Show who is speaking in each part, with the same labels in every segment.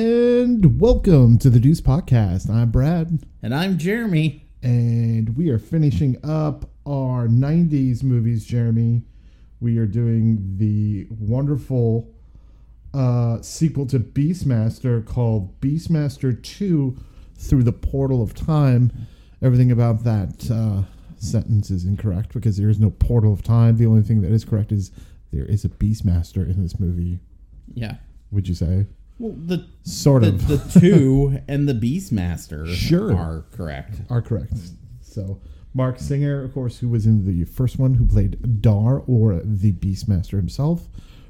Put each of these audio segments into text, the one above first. Speaker 1: And welcome to the Deuce Podcast. I'm Brad,
Speaker 2: And I'm Jeremy.
Speaker 1: and we are finishing up our 90s movies, Jeremy. We are doing the wonderful uh, sequel to Beastmaster called Beastmaster 2 Through the Portal of Time. Everything about that uh, sentence is incorrect because there is no portal of time. The only thing that is correct is there is a Beastmaster in this movie,
Speaker 2: Yeah.
Speaker 1: would you say?
Speaker 2: Well, the
Speaker 1: Sort
Speaker 2: the,
Speaker 1: of.
Speaker 2: the two and the Beastmaster
Speaker 1: Sure.
Speaker 2: are correct.
Speaker 1: are correct. So Mark Singer, of course, who was in the first one, who played Dar or the Beastmaster himself,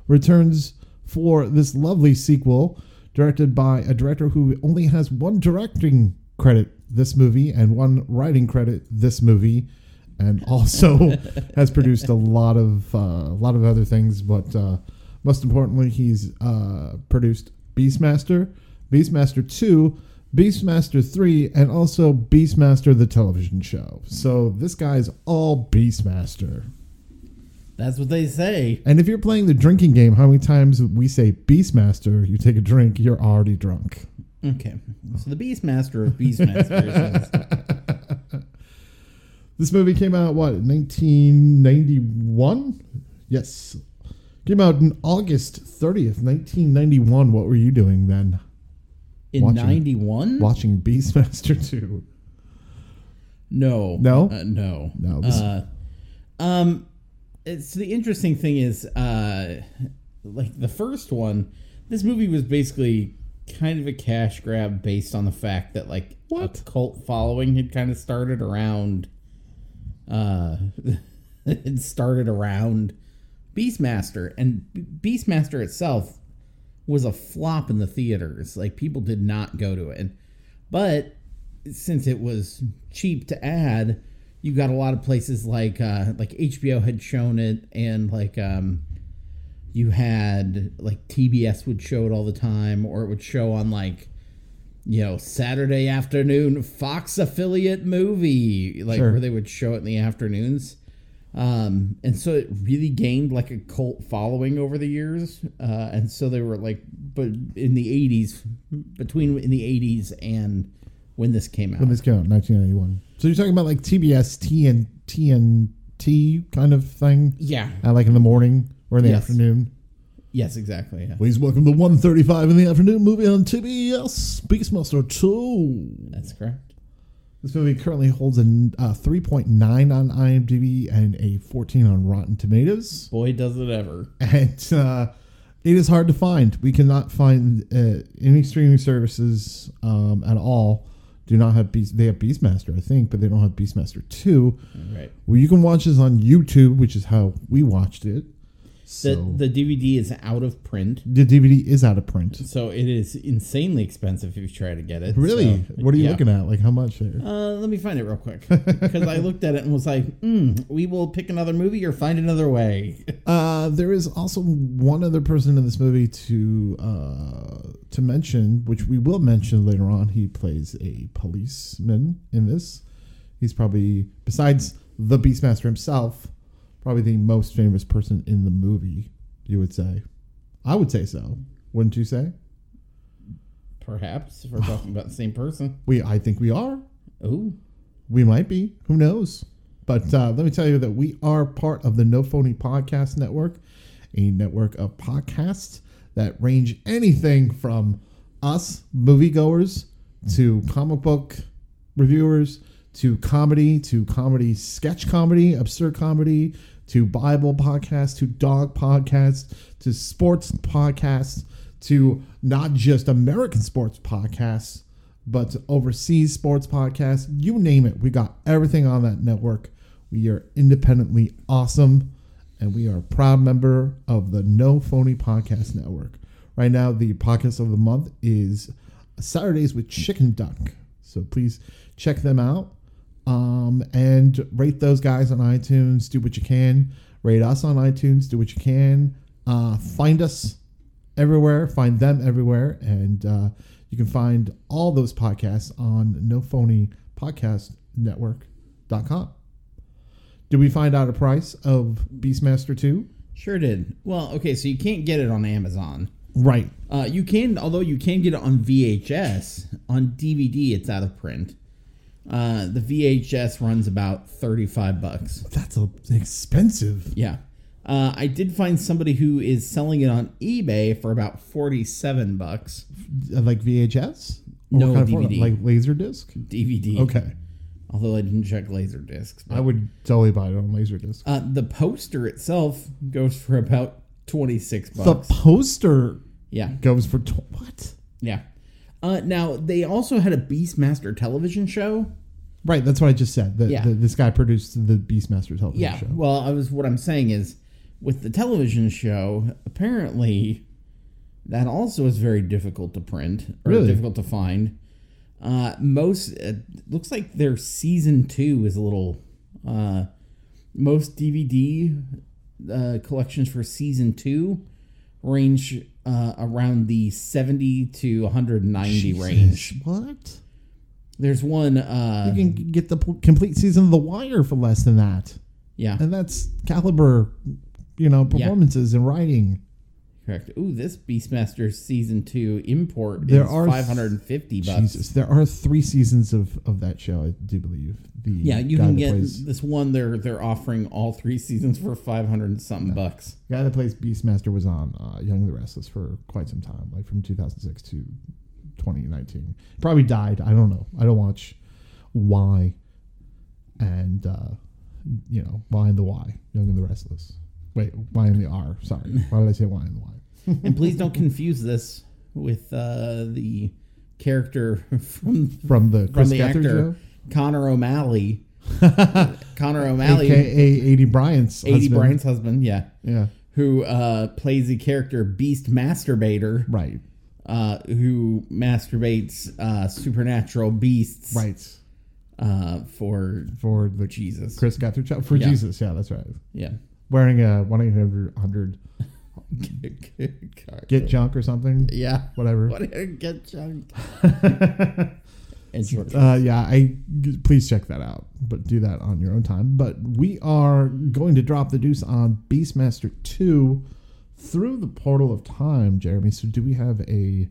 Speaker 1: returns for this lovely sequel, directed by a director who only has one directing credit this movie and one writing credit this movie, and also has produced a lot of uh, a lot of other things, but. Uh, most importantly, he's uh, produced Beastmaster, Beastmaster 2, Beastmaster 3, and also Beastmaster the television show. So this guy's all Beastmaster.
Speaker 2: That's what they say.
Speaker 1: And if you're playing the drinking game, how many times we say Beastmaster, you take a drink, you're already drunk.
Speaker 2: Okay. So the Beastmaster of Beastmasters is
Speaker 1: This movie came out, what, 1991? Yes. Came out on August 30th, 1991. What were you doing then?
Speaker 2: in
Speaker 1: Watching.
Speaker 2: ninety one?
Speaker 1: Watching Beastmaster 2.
Speaker 2: No.
Speaker 1: No?
Speaker 2: Uh, no.
Speaker 1: No, this-
Speaker 2: Uh, um, it's the interesting thing is, uh, like the first one, this movie was basically kind of a cash grab based on the fact that like
Speaker 1: What?
Speaker 2: a cult following had kind of started around. Uh, it started around Beastmaster, and B- Beastmaster itself was a flop in the theaters. Like people did not go to it, and, but since it was cheap to add, you got a lot of places like uh, like HBO had shown it, and like um, you had like TBS would show it all the time, or it would show on like you know Saturday afternoon Fox affiliate movie, like
Speaker 1: Sure.
Speaker 2: where they would show it in the afternoons. Um, and so it really gained like a cult following over the years. Uh, and so they were like, but in the 80s, between in the 80s and when this came out.
Speaker 1: When this came out, 1991. So you're talking about like TBS, TN, TNT kind of thing,
Speaker 2: yeah.
Speaker 1: uh, like in the morning or in the
Speaker 2: Yes.
Speaker 1: afternoon.
Speaker 2: Yes, exactly. Yeah.
Speaker 1: Please welcome to 1:35 in the afternoon movie on TBS, Beastmaster 2.
Speaker 2: That's correct.
Speaker 1: This movie currently holds a uh, 3.9 on IMDb and a 14 on Rotten Tomatoes,
Speaker 2: Boy, does it ever.
Speaker 1: and uh, it is hard to find. We cannot find uh, any streaming services um, at all. Do not have Beast. They have Beastmaster, I think, but they don't have Beastmaster 2.
Speaker 2: Right.
Speaker 1: Well, you can watch this on YouTube, which is how we watched it.
Speaker 2: The,
Speaker 1: So
Speaker 2: the DVD is out of print.
Speaker 1: the, DVD is out of print.
Speaker 2: So it is insanely expensive if you try to get it.
Speaker 1: Really?
Speaker 2: So,
Speaker 1: what are you
Speaker 2: yeah.
Speaker 1: looking at? Like how much there?
Speaker 2: Uh, let me find it real quick because I looked at it and was like, mm, "We will pick another movie or find another way."
Speaker 1: Uh, there is also one other person in this movie to uh, to mention, which we will mention later on. He plays a policeman in this. He's probably besides the Beastmaster himself, probably the most famous person in the movie. You would say, I would say so. Wouldn't you say?
Speaker 2: Perhaps if we're talking about the same person.
Speaker 1: We, I think we are.
Speaker 2: Oh,
Speaker 1: We might be. Who knows? But uh, let me tell you that we are part of the No Phony Podcast Network, a network of podcasts that range anything from us moviegoers to comic book reviewers to comedy to comedy sketch comedy, absurd comedy to Bible podcasts to dog podcasts to sports podcasts to not just American sports podcasts but to overseas sports podcasts, you name it. We got everything on that network. We are independently awesome, and we are a proud member of the No Phony Podcast Network. Right now, the podcast of the month is Saturdays with Chicken Duck. So please check them out um, and rate those guys on iTunes. Do what you can. Rate us on iTunes. Do what you can. Uh, find us everywhere. Find them everywhere, and uh, you can find all those podcasts on No Phony Podcast Network.com. Did we find out a price of Beastmaster Two?
Speaker 2: sure did. Well, okay, so you can't get it on Amazon.
Speaker 1: Right.
Speaker 2: Uh, you can, although you can get it on VHS. On DVD, it's out of print. Uh, the VHS runs about thirty-five bucks.
Speaker 1: That's a, expensive.
Speaker 2: Yeah, uh, I did find somebody who is selling it on eBay for about forty-seven bucks.
Speaker 1: Uh, Like VHS? Or
Speaker 2: No,
Speaker 1: what of
Speaker 2: DVD.
Speaker 1: format? like laser disc?
Speaker 2: DVD.
Speaker 1: Okay.
Speaker 2: Although I didn't check laser discs.
Speaker 1: I would totally buy it on laser disc.
Speaker 2: Uh, the poster itself goes for about twenty-six
Speaker 1: the
Speaker 2: bucks.
Speaker 1: poster
Speaker 2: yeah,
Speaker 1: goes for tw- what?
Speaker 2: yeah. Uh, now they also had a Beastmaster television show.
Speaker 1: Right, that's what I just said. The,
Speaker 2: Yeah.
Speaker 1: the, this guy produced the Beastmaster television
Speaker 2: Yeah.
Speaker 1: show.
Speaker 2: Well, I was what I'm saying is with the television show, apparently that also is very difficult to print or
Speaker 1: Really?
Speaker 2: difficult to find. Uh, most it looks like their season two is a little. Uh, most DVD uh, collections for season two range uh, around the seventy to one hundred ninety range.
Speaker 1: What?
Speaker 2: There's one. Uh,
Speaker 1: You can get the p- complete season of The Wire for less than that.
Speaker 2: yeah.
Speaker 1: And that's caliber, you know, performances and writing.
Speaker 2: Correct. Ooh, this Beastmaster season two import
Speaker 1: There
Speaker 2: is
Speaker 1: are
Speaker 2: five hundred and fifty bucks.
Speaker 1: Jesus, there are three seasons of, of that show, I do believe. The
Speaker 2: Yeah, you
Speaker 1: guy
Speaker 2: can
Speaker 1: that
Speaker 2: get
Speaker 1: plays,
Speaker 2: this one. They're they're offering all three seasons for five hundred and something bucks.
Speaker 1: guy that plays Beastmaster was on uh, Young and the Restless for quite some time, like from 2006 to 2019. Probably died. I don't know. I don't watch why and uh, you know why and the why. Young and the Restless. Wait, why and the R. Sorry, why did I say why and the why?
Speaker 2: and please don't confuse this with uh, the character from
Speaker 1: From the
Speaker 2: from
Speaker 1: Chris
Speaker 2: the
Speaker 1: Gethard
Speaker 2: actor
Speaker 1: show,
Speaker 2: Connor O'Malley. Connor O'Malley,
Speaker 1: aka AD Bryant's
Speaker 2: eighty
Speaker 1: husband.
Speaker 2: Bryant's husband, yeah,
Speaker 1: Yeah,
Speaker 2: who uh, plays the character Beast Masturbator,
Speaker 1: right,
Speaker 2: uh, who masturbates uh, supernatural beasts,
Speaker 1: right.
Speaker 2: uh, for
Speaker 1: For the
Speaker 2: Jesus.
Speaker 1: Chris Gethard show for
Speaker 2: Yeah.
Speaker 1: Jesus. Yeah, that's right.
Speaker 2: Yeah.
Speaker 1: Wearing a one eight hundred get junk or something.
Speaker 2: Uh, yeah.
Speaker 1: Whatever.
Speaker 2: What get junk? and short.
Speaker 1: Uh, yeah, I g- please check that out, but do that on your own time. But we are going to drop the deuce on Beastmaster two through the portal of time, Jeremy. So do we have a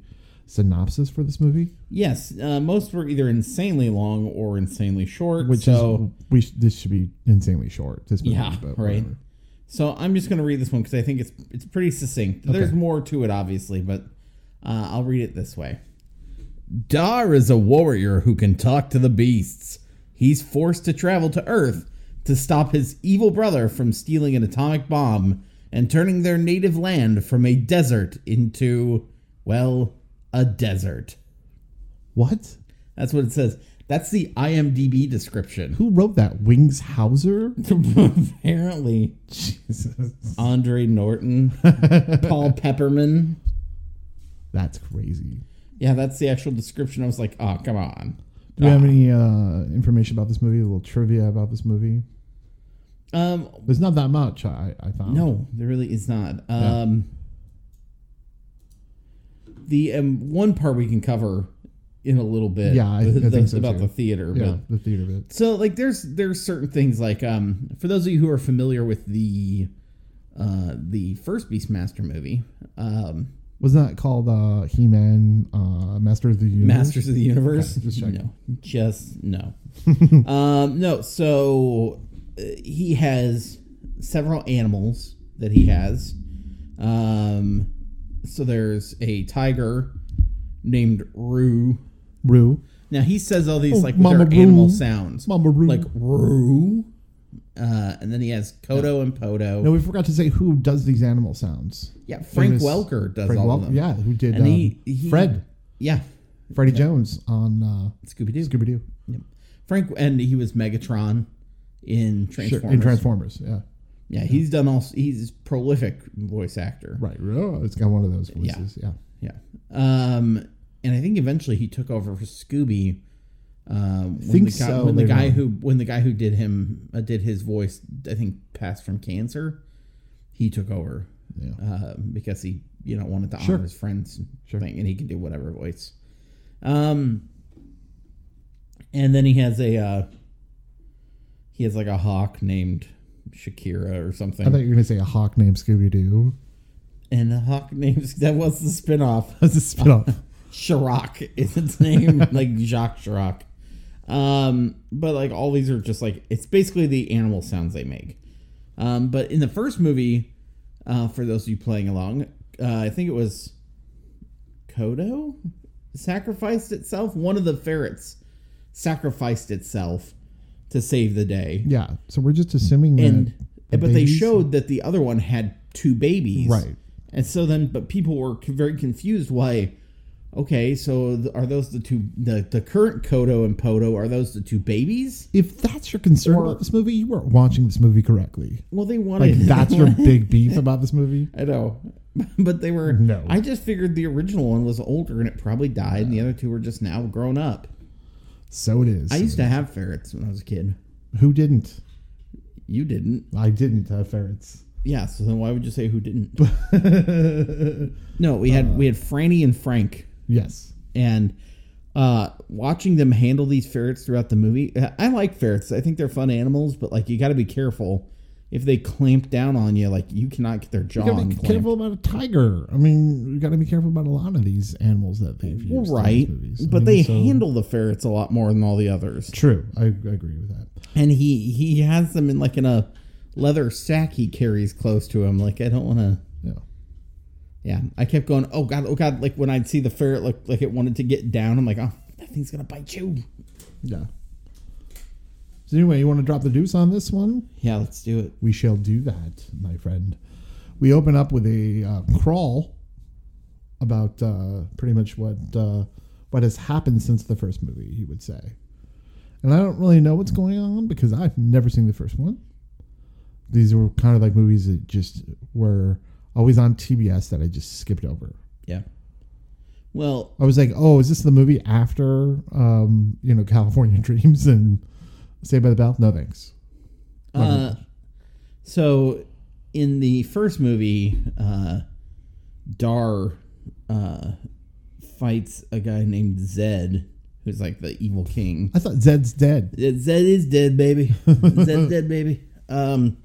Speaker 1: synopsis for this movie?
Speaker 2: Yes, uh, most were either insanely long or insanely short.
Speaker 1: Which
Speaker 2: so,
Speaker 1: is we sh- this should be insanely short. This movie,
Speaker 2: Yeah,
Speaker 1: but
Speaker 2: right.
Speaker 1: whatever.
Speaker 2: so I'm just going to read this one because I think it's it's pretty succinct. There's more to it, obviously, but uh, I'll read it this way. Dar is a warrior who can talk to the beasts. He's forced to travel to Earth to stop his evil brother from stealing an atomic bomb and turning their native land from a desert into, well, a desert.
Speaker 1: What?
Speaker 2: That's what it says. That's the IMDb description.
Speaker 1: Who wrote that? Wings Hauser?
Speaker 2: Apparently,
Speaker 1: Jesus,
Speaker 2: Andre Norton, Paul Pepperman.
Speaker 1: that's crazy.
Speaker 2: Yeah, that's the actual description. I was like, oh, come on.
Speaker 1: Do we have any uh, information about this movie? A little trivia about this movie?
Speaker 2: Um,
Speaker 1: There's not that much. I, I found.
Speaker 2: no, there really is not. Um, the um, one part we can cover in a little bit.
Speaker 1: Yeah, I- I
Speaker 2: the-
Speaker 1: think so,
Speaker 2: about
Speaker 1: too.
Speaker 2: the theater.
Speaker 1: Yeah,
Speaker 2: But
Speaker 1: the theater bit.
Speaker 2: so like there's there's certain things like um for those of you who are familiar with the uh the first Beastmaster movie um
Speaker 1: Wasn't that called uh, He Man, uh, Master of the Universe?
Speaker 2: Masters of the Universe
Speaker 1: just checking.
Speaker 2: no just no um no so uh, he has several animals that he has um so there's a tiger named Roo
Speaker 1: Rue.
Speaker 2: now he says all these
Speaker 1: Oh,
Speaker 2: like
Speaker 1: Mama
Speaker 2: with their animal
Speaker 1: Roo.
Speaker 2: sounds
Speaker 1: Mama Rue.
Speaker 2: like Roo. Uh, and then he has Kodo and Podo.
Speaker 1: no, we forgot to say who does these animal sounds.
Speaker 2: yeah, Frank
Speaker 1: Famous-
Speaker 2: Welker does
Speaker 1: Frank
Speaker 2: all
Speaker 1: Wel-
Speaker 2: of them.
Speaker 1: Yeah, who did
Speaker 2: And
Speaker 1: um,
Speaker 2: he- he-
Speaker 1: Fred,
Speaker 2: yeah.
Speaker 1: Freddie Jones on uh,
Speaker 2: Scooby Doo.
Speaker 1: Scooby Doo
Speaker 2: Frank, and he was Megatron in Transformers.
Speaker 1: in Transformers. Yeah,
Speaker 2: yeah, he's done all. He's prolific voice actor.
Speaker 1: right. Oh, it's got one of those voices. Yeah,
Speaker 2: Yeah. Um, and I think eventually he took over for Scooby. Um, when
Speaker 1: Think
Speaker 2: the guy,
Speaker 1: so,
Speaker 2: when the
Speaker 1: later
Speaker 2: guy
Speaker 1: on.
Speaker 2: who when the guy who did him uh, did his voice, I think passed from cancer. He took over
Speaker 1: yeah.
Speaker 2: uh, because he you know wanted to honor his friends thing, and he can do whatever voice. Um, and then he has a uh, he has like a hawk named Shakira or
Speaker 1: I thought
Speaker 2: something.
Speaker 1: you were gonna say a hawk named Scooby Doo.
Speaker 2: and the Hawk names that was the spinoff.
Speaker 1: That's a spin-off.
Speaker 2: Chirac is its name, like Jacques Chirac. Um, but like all these are just like it's basically the animal sounds they make. Um, but in the first movie, uh, for those of you playing along, uh, I think it was Kodo sacrificed itself. One of the ferrets sacrificed itself to save the day,
Speaker 1: yeah. So we're just assuming that.
Speaker 2: and
Speaker 1: the
Speaker 2: but they
Speaker 1: babies-
Speaker 2: showed that the other one had two babies,
Speaker 1: Right.
Speaker 2: and so then, but people were c- very confused why. Okay, so th- are those the two the the current Kodo and Podo? Are those the two babies?
Speaker 1: If that's your concern
Speaker 2: Or-
Speaker 1: about this movie, you weren't watching this movie correctly.
Speaker 2: Well, they
Speaker 1: Like
Speaker 2: wanted
Speaker 1: that's your big beef about this movie.
Speaker 2: I know, but they were
Speaker 1: No.
Speaker 2: I just figured the original one was older and it probably died, and the other two were just now grown up.
Speaker 1: So it is.
Speaker 2: I used to have ferrets when I was a kid.
Speaker 1: Who didn't?
Speaker 2: You didn't,
Speaker 1: I didn't have ferrets.
Speaker 2: yeah. So then why would you say who didn't? no, we had we had Franny and Frank.
Speaker 1: Yes.
Speaker 2: and uh, watching them handle these ferrets throughout the movie, uh, I like ferrets. I think they're fun animals, but like you got to be careful. If they clamp down on you, like you cannot get their jaw
Speaker 1: You gotta be
Speaker 2: unclamped.
Speaker 1: careful about a tiger. I mean, you gotta be careful about a lot of these animals that they've used. in these
Speaker 2: Right,
Speaker 1: movies. I
Speaker 2: but
Speaker 1: mean,
Speaker 2: they
Speaker 1: so-
Speaker 2: handle the ferrets a lot more than all the others,
Speaker 1: True. I, I agree with that.
Speaker 2: and he he has them in like in a leather sack he carries close to him. Like I don't want to.
Speaker 1: Yeah.
Speaker 2: Yeah, I kept going. Oh god, oh god! Like when I'd see the ferret, like like it wanted to get down. I'm like, oh, that thing's gonna bite you.
Speaker 1: Yeah. So anyway, you want to drop the deuce on this one?
Speaker 2: Yeah, let's do it.
Speaker 1: We shall do that, my friend. We open up with a uh, crawl about uh, pretty much what uh, what has happened since the first movie, you would say. And I don't really know what's going on because I've never seen the first one. These were kind of like movies that just were always on TBS that I just skipped over.
Speaker 2: Yeah. Well,
Speaker 1: I was like, oh, is this the movie after, um, you know, California Dreams and Saved by the Bell? No, thanks.
Speaker 2: Uh, so in the first movie, uh, Dar uh, fights a guy named Zed, who's like the evil king.
Speaker 1: I thought Zed's dead.
Speaker 2: Zed Zed is dead, baby. Zed's dead, baby. Um,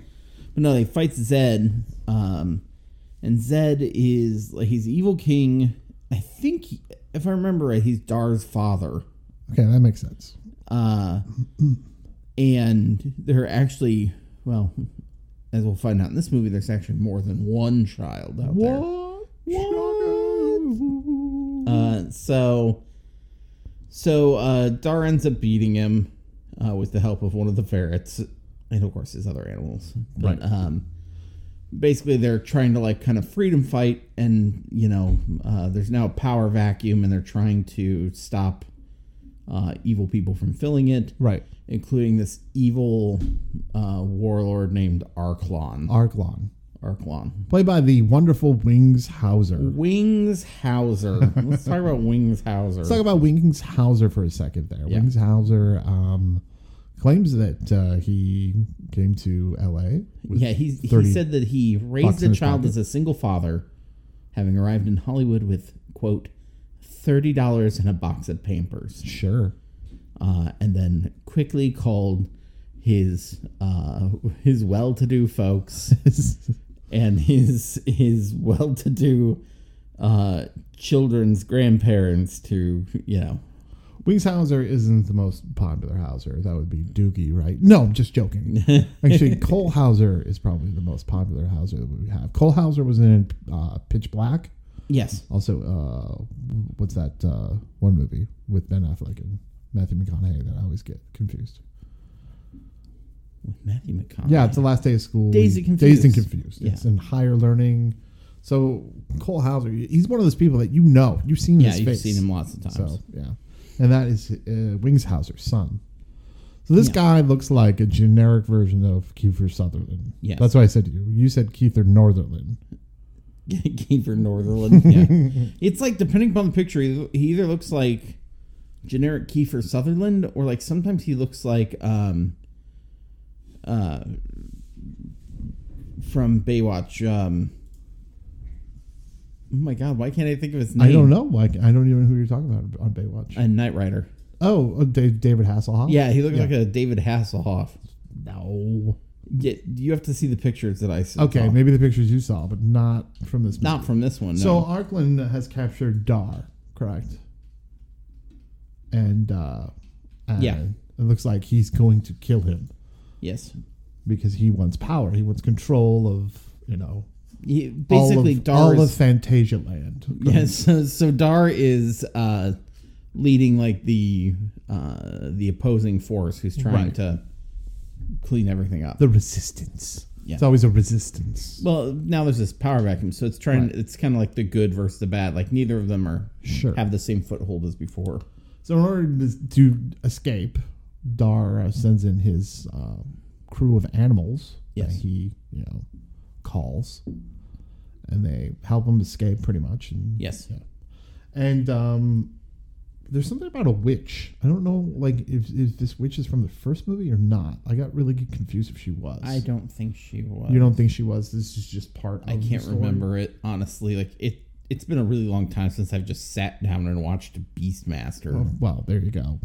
Speaker 2: but no, he fights Zed. Um, and Zed is like he's the evil king. I think, he- if I remember right, he's Dar's father.
Speaker 1: Okay, that makes sense.
Speaker 2: Uh, and they're actually, well, as we'll find out in this movie, there's actually more than one child out there. Uh, so, so uh, Dar ends up beating him uh, with the help of one of the ferrets, and of course his other animals. But,
Speaker 1: Right.
Speaker 2: Um, basically, they're trying to like kind of freedom fight, and you know, uh, there's now a power vacuum, and they're trying to stop uh, evil people from filling it.
Speaker 1: Right.
Speaker 2: including this evil uh, warlord named Arklon.
Speaker 1: Arklon.
Speaker 2: Arklon.
Speaker 1: Played by the wonderful Wings Hauser.
Speaker 2: Wings Hauser. Let's talk about Wings Hauser.
Speaker 1: Let's talk about Wings Hauser for a second there.
Speaker 2: Yeah.
Speaker 1: Wings Hauser um, claims that uh, he came to LA. with-
Speaker 2: yeah, he, he
Speaker 1: 30
Speaker 2: said that he raised
Speaker 1: bucks in
Speaker 2: a
Speaker 1: his
Speaker 2: child
Speaker 1: pocket.
Speaker 2: as a single father, having arrived in Hollywood with, quote, $30 and a box of Pampers,
Speaker 1: Sure.
Speaker 2: uh, and then quickly called his uh, his well-to-do folks and his his well-to-do uh, children's grandparents to you know
Speaker 1: Wings Hauser isn't the most popular Hauser. That would be Doogie, right? No, I'm just joking. Actually, Cole Hauser is probably the most popular Hauser that we have. Cole Hauser was in uh, Pitch Black.
Speaker 2: yes
Speaker 1: Also, uh, what's that uh, one movie with Ben Affleck and Matthew McConaughey that I always get confused?
Speaker 2: with Matthew McConaughey.
Speaker 1: Yeah, it's the last day of school.
Speaker 2: Dazed and
Speaker 1: Dazed and
Speaker 2: Confused.
Speaker 1: confused. Yes, and higher learning. So Cole Hauser, he's one of those people that you know, you've seen
Speaker 2: yeah,
Speaker 1: his
Speaker 2: you've
Speaker 1: face.
Speaker 2: seen him lots of times.
Speaker 1: So yeah, and that is uh, Wings Hauser's son. So this guy looks like a generic version of Kiefer Sutherland.
Speaker 2: Yes.
Speaker 1: that's what I said to you. You said Keither Northern.
Speaker 2: Kiefer Northern. Yeah, it's like depending upon the picture, he he either looks like generic Kiefer Sutherland, or like sometimes he looks like um, uh, from Baywatch. Um, oh my God, why can't I think of his name?
Speaker 1: I don't know. Like I don't even know who you're talking about on Baywatch.
Speaker 2: A Knight Rider.
Speaker 1: oh, oh, Da- David Hasselhoff.
Speaker 2: Yeah, he looks
Speaker 1: Yeah.
Speaker 2: like a David Hasselhoff.
Speaker 1: No.
Speaker 2: Yeah, you have to see the pictures that I saw.
Speaker 1: Okay, maybe the pictures you saw, but not from this.
Speaker 2: Not from this one. No.
Speaker 1: So Arkland has captured Dar, correct? And uh and
Speaker 2: Yeah.
Speaker 1: it looks like he's going to kill him
Speaker 2: yes.
Speaker 1: because he wants power. He wants control of, you know,
Speaker 2: He,
Speaker 1: all
Speaker 2: basically,
Speaker 1: of,
Speaker 2: Dar's
Speaker 1: all of Fantasia Land.
Speaker 2: Yes, so, so Dar is uh, leading like the uh, the opposing force who's trying
Speaker 1: Right.
Speaker 2: to clean everything up.
Speaker 1: The resistance.
Speaker 2: Yeah.
Speaker 1: It's always a resistance.
Speaker 2: well, now there's this power vacuum, so it's trying. It's kind of like the good versus the bad. Like neither of them are
Speaker 1: Sure.
Speaker 2: have the same foothold as before.
Speaker 1: So in order to, to escape, Dar uh, sends in his uh, crew of animals
Speaker 2: Yes.
Speaker 1: that he you know calls, and they help him escape pretty much. And,
Speaker 2: Yes.
Speaker 1: yeah. and um, there's something about a witch. I don't know, like if, if this witch is from the first movie or not. I got really confused if she was.
Speaker 2: I don't think she was.
Speaker 1: You don't think she was? This is just part.
Speaker 2: I
Speaker 1: of the
Speaker 2: can't
Speaker 1: story?
Speaker 2: remember it honestly. Like it. It's been a really long time since I've just sat down and watched Beastmaster.
Speaker 1: Well, there you go.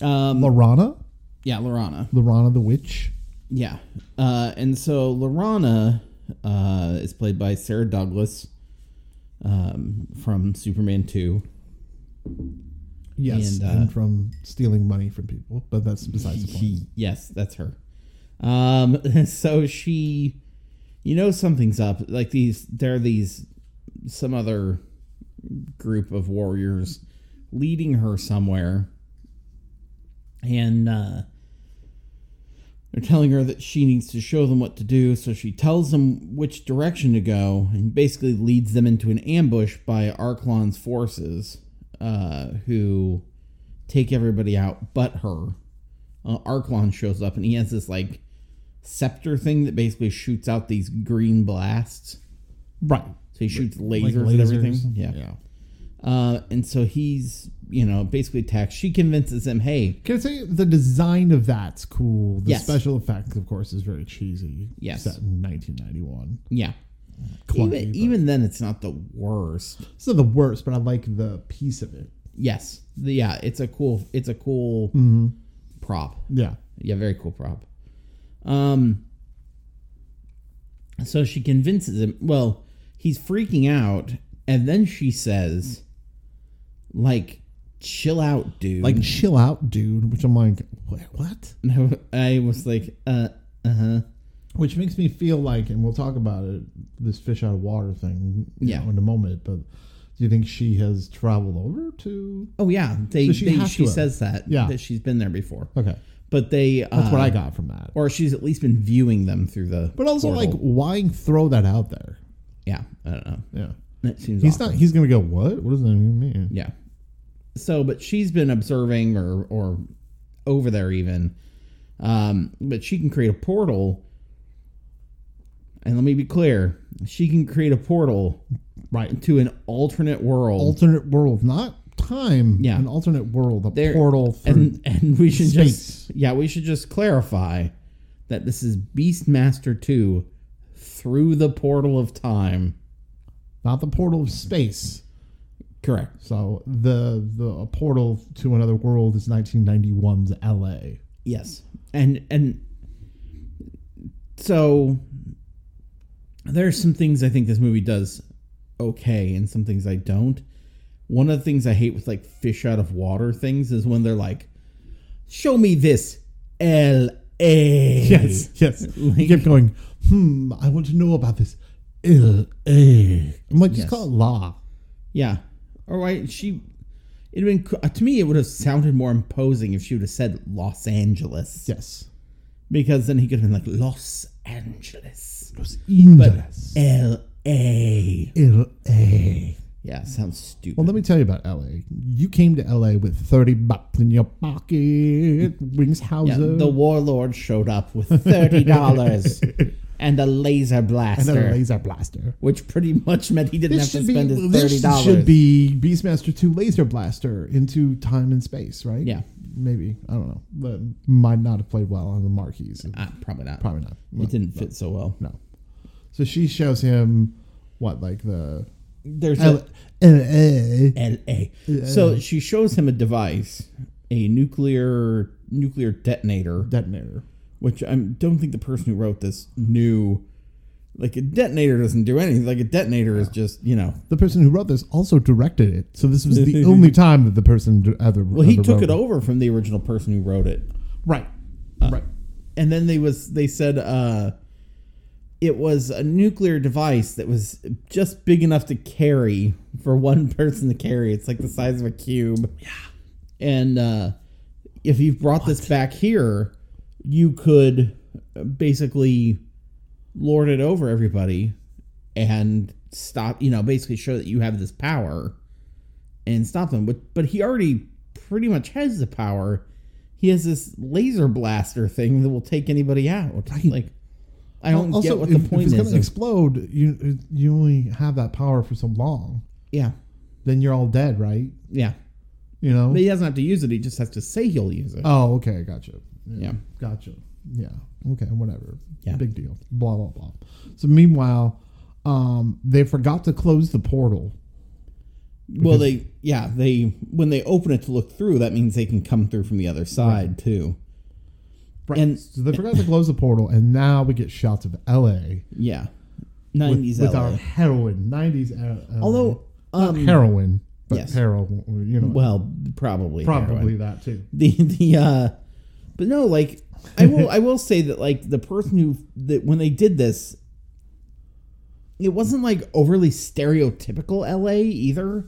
Speaker 2: Um,
Speaker 1: Lorana,
Speaker 2: yeah, Lorana.
Speaker 1: Lorana the witch.
Speaker 2: Yeah. Uh, and so Lorana uh, is played by Sarah Douglas um, from Superman 2.
Speaker 1: Yes,
Speaker 2: And,
Speaker 1: and,
Speaker 2: uh,
Speaker 1: from stealing money from people, but that's besides the point.
Speaker 2: He, yes, that's her. Um, so she, you know, something's up. Like these, there are these, some other group of warriors leading her somewhere. And uh, they're telling her that she needs to show them what to do. So she tells them which direction to go and basically leads them into an ambush by Arklon's forces, uh, who take everybody out but her uh, Arklon shows up and he has this like scepter thing that basically shoots out these green blasts.
Speaker 1: Right.
Speaker 2: So he shoots
Speaker 1: Like
Speaker 2: lasers, and everything. Yeah.
Speaker 1: yeah.
Speaker 2: Uh, and so he's, you know, basically attacked. She convinces him, hey,
Speaker 1: Can I say the design of that's cool? The
Speaker 2: Yes.
Speaker 1: special effect, of course, is very cheesy.
Speaker 2: Yes.
Speaker 1: Set in 1991.
Speaker 2: yeah.
Speaker 1: Clunky,
Speaker 2: even,
Speaker 1: but-
Speaker 2: even then, it's not the worst.
Speaker 1: It's not the worst, but I like the piece of it.
Speaker 2: Yes. The- yeah. It's a cool, it's a cool prop.
Speaker 1: Yeah.
Speaker 2: Yeah, very cool prop. Um so she convinces him well, he's freaking out, and then she says, like, chill out, dude.
Speaker 1: Like, chill out, dude, which I'm like, "Wha- what?
Speaker 2: And I w- I was like, uh uh-huh.
Speaker 1: Which makes me feel like, and we'll talk about it, this fish out of water thing you
Speaker 2: Yeah.
Speaker 1: know, in a moment, but do you think she has traveled over to.
Speaker 2: Oh yeah. They,
Speaker 1: So she
Speaker 2: they
Speaker 1: has
Speaker 2: she
Speaker 1: to have.
Speaker 2: says that.
Speaker 1: Yeah.
Speaker 2: That she's been there before.
Speaker 1: Okay.
Speaker 2: But they
Speaker 1: That's
Speaker 2: uh,
Speaker 1: what I got from that.
Speaker 2: or she's at least been viewing them through the
Speaker 1: But also, like, why throw that out there?
Speaker 2: Yeah, I don't know.
Speaker 1: Yeah.
Speaker 2: That seems
Speaker 1: He's
Speaker 2: awkward.
Speaker 1: not. He's gonna go. What? What does that even mean?
Speaker 2: Yeah. So, but she's been observing or or over there even. Um, but she can create a portal. And let me be clear, she can create a portal
Speaker 1: Right.
Speaker 2: to an alternate world.
Speaker 1: Alternate world, not time.
Speaker 2: Yeah.
Speaker 1: An alternate world, a
Speaker 2: There-
Speaker 1: portal through.
Speaker 2: and and we should
Speaker 1: Space.
Speaker 2: just yeah, we should just clarify that this is Beastmaster 2 through the portal of time.
Speaker 1: not the portal of space.
Speaker 2: Correct.
Speaker 1: So the the a portal to another world is 1991's L.A.
Speaker 2: Yes. And and so there are some things I think this movie does okay and some things I don't. One of the things I hate with like fish out of water things is when they're like, Show me this L A
Speaker 1: Yes, yes. He kept going. Hmm. I want to know about this L.A. I'm like, just
Speaker 2: Yes.
Speaker 1: call it La.
Speaker 2: Yeah. Or why she it'd been co- to me it would have sounded more imposing if she would have said Los Angeles.
Speaker 1: Yes.
Speaker 2: Because then he could have been like Los Angeles.
Speaker 1: Los Angeles.
Speaker 2: L A.
Speaker 1: L.A.
Speaker 2: Yeah, sounds stupid.
Speaker 1: Well, let me tell you about LA. You came to LA with 30 bucks in your pocket. Wings
Speaker 2: yeah,
Speaker 1: Hauser.
Speaker 2: the warlord showed up with thirty dollars and a laser blaster,
Speaker 1: and a laser blaster.
Speaker 2: which pretty much meant he didn't have
Speaker 1: This
Speaker 2: to
Speaker 1: should, be,
Speaker 2: spend his
Speaker 1: this
Speaker 2: thirty dollars.
Speaker 1: should be Beastmaster 2 Laser Blaster into time and space, right?
Speaker 2: Yeah.
Speaker 1: Maybe. I don't know. But might not have played well on the marquees.
Speaker 2: Ah, probably not.
Speaker 1: Probably not.
Speaker 2: It didn't fit so well.
Speaker 1: No. So she shows him what, like the.
Speaker 2: There's
Speaker 1: L- LA.
Speaker 2: a LA. So she shows him a device, a nuclear nuclear detonator,
Speaker 1: Detonator.
Speaker 2: which I don't think the person who wrote this knew. Like a detonator doesn't do anything. Like a detonator is just you know.
Speaker 1: The person who wrote this also directed it, so this was the only time that the person d- ever.
Speaker 2: Well, he took it over from the original person who wrote it,
Speaker 1: Right,
Speaker 2: Uh,
Speaker 1: right.
Speaker 2: and then they was they said uh, it was a nuclear device that was just big enough to carry for one person to carry. It's like the size of a cube. Yeah, and uh, if you brought this back here, you could basically lord it over everybody and stop you know basically show that you have this power and stop them but but he already pretty much has the power he has this laser blaster thing that will take anybody out like i don't
Speaker 1: also,
Speaker 2: get what
Speaker 1: if,
Speaker 2: the
Speaker 1: if
Speaker 2: point
Speaker 1: it's
Speaker 2: is
Speaker 1: gonna
Speaker 2: of-
Speaker 1: explode, you you only have that power for so long.
Speaker 2: yeah
Speaker 1: Then you're all dead, right?
Speaker 2: yeah
Speaker 1: You know.
Speaker 2: but he doesn't have to use it he just has to say he'll use it
Speaker 1: oh, okay, gotcha.
Speaker 2: yeah
Speaker 1: Gotcha. Yeah. Okay. Whatever.
Speaker 2: Yeah.
Speaker 1: Big deal. Blah blah blah. So meanwhile, um, they forgot to close the portal.
Speaker 2: well they yeah they when they open it to look through that means they can come through from the other side too
Speaker 1: Right.
Speaker 2: And-
Speaker 1: so they forgot to close the portal, and now we get shots of L.A.
Speaker 2: yeah
Speaker 1: with,
Speaker 2: 90s
Speaker 1: with
Speaker 2: LA.
Speaker 1: our heroin. Nineties. LA.
Speaker 2: although
Speaker 1: Not
Speaker 2: um
Speaker 1: heroin, but
Speaker 2: yes.
Speaker 1: heroin. You know,
Speaker 2: Well, probably
Speaker 1: probably
Speaker 2: heroin.
Speaker 1: that too.
Speaker 2: the the uh, but no, like I will I will say that like the person who that when they did this, it wasn't like overly stereotypical L.A. either.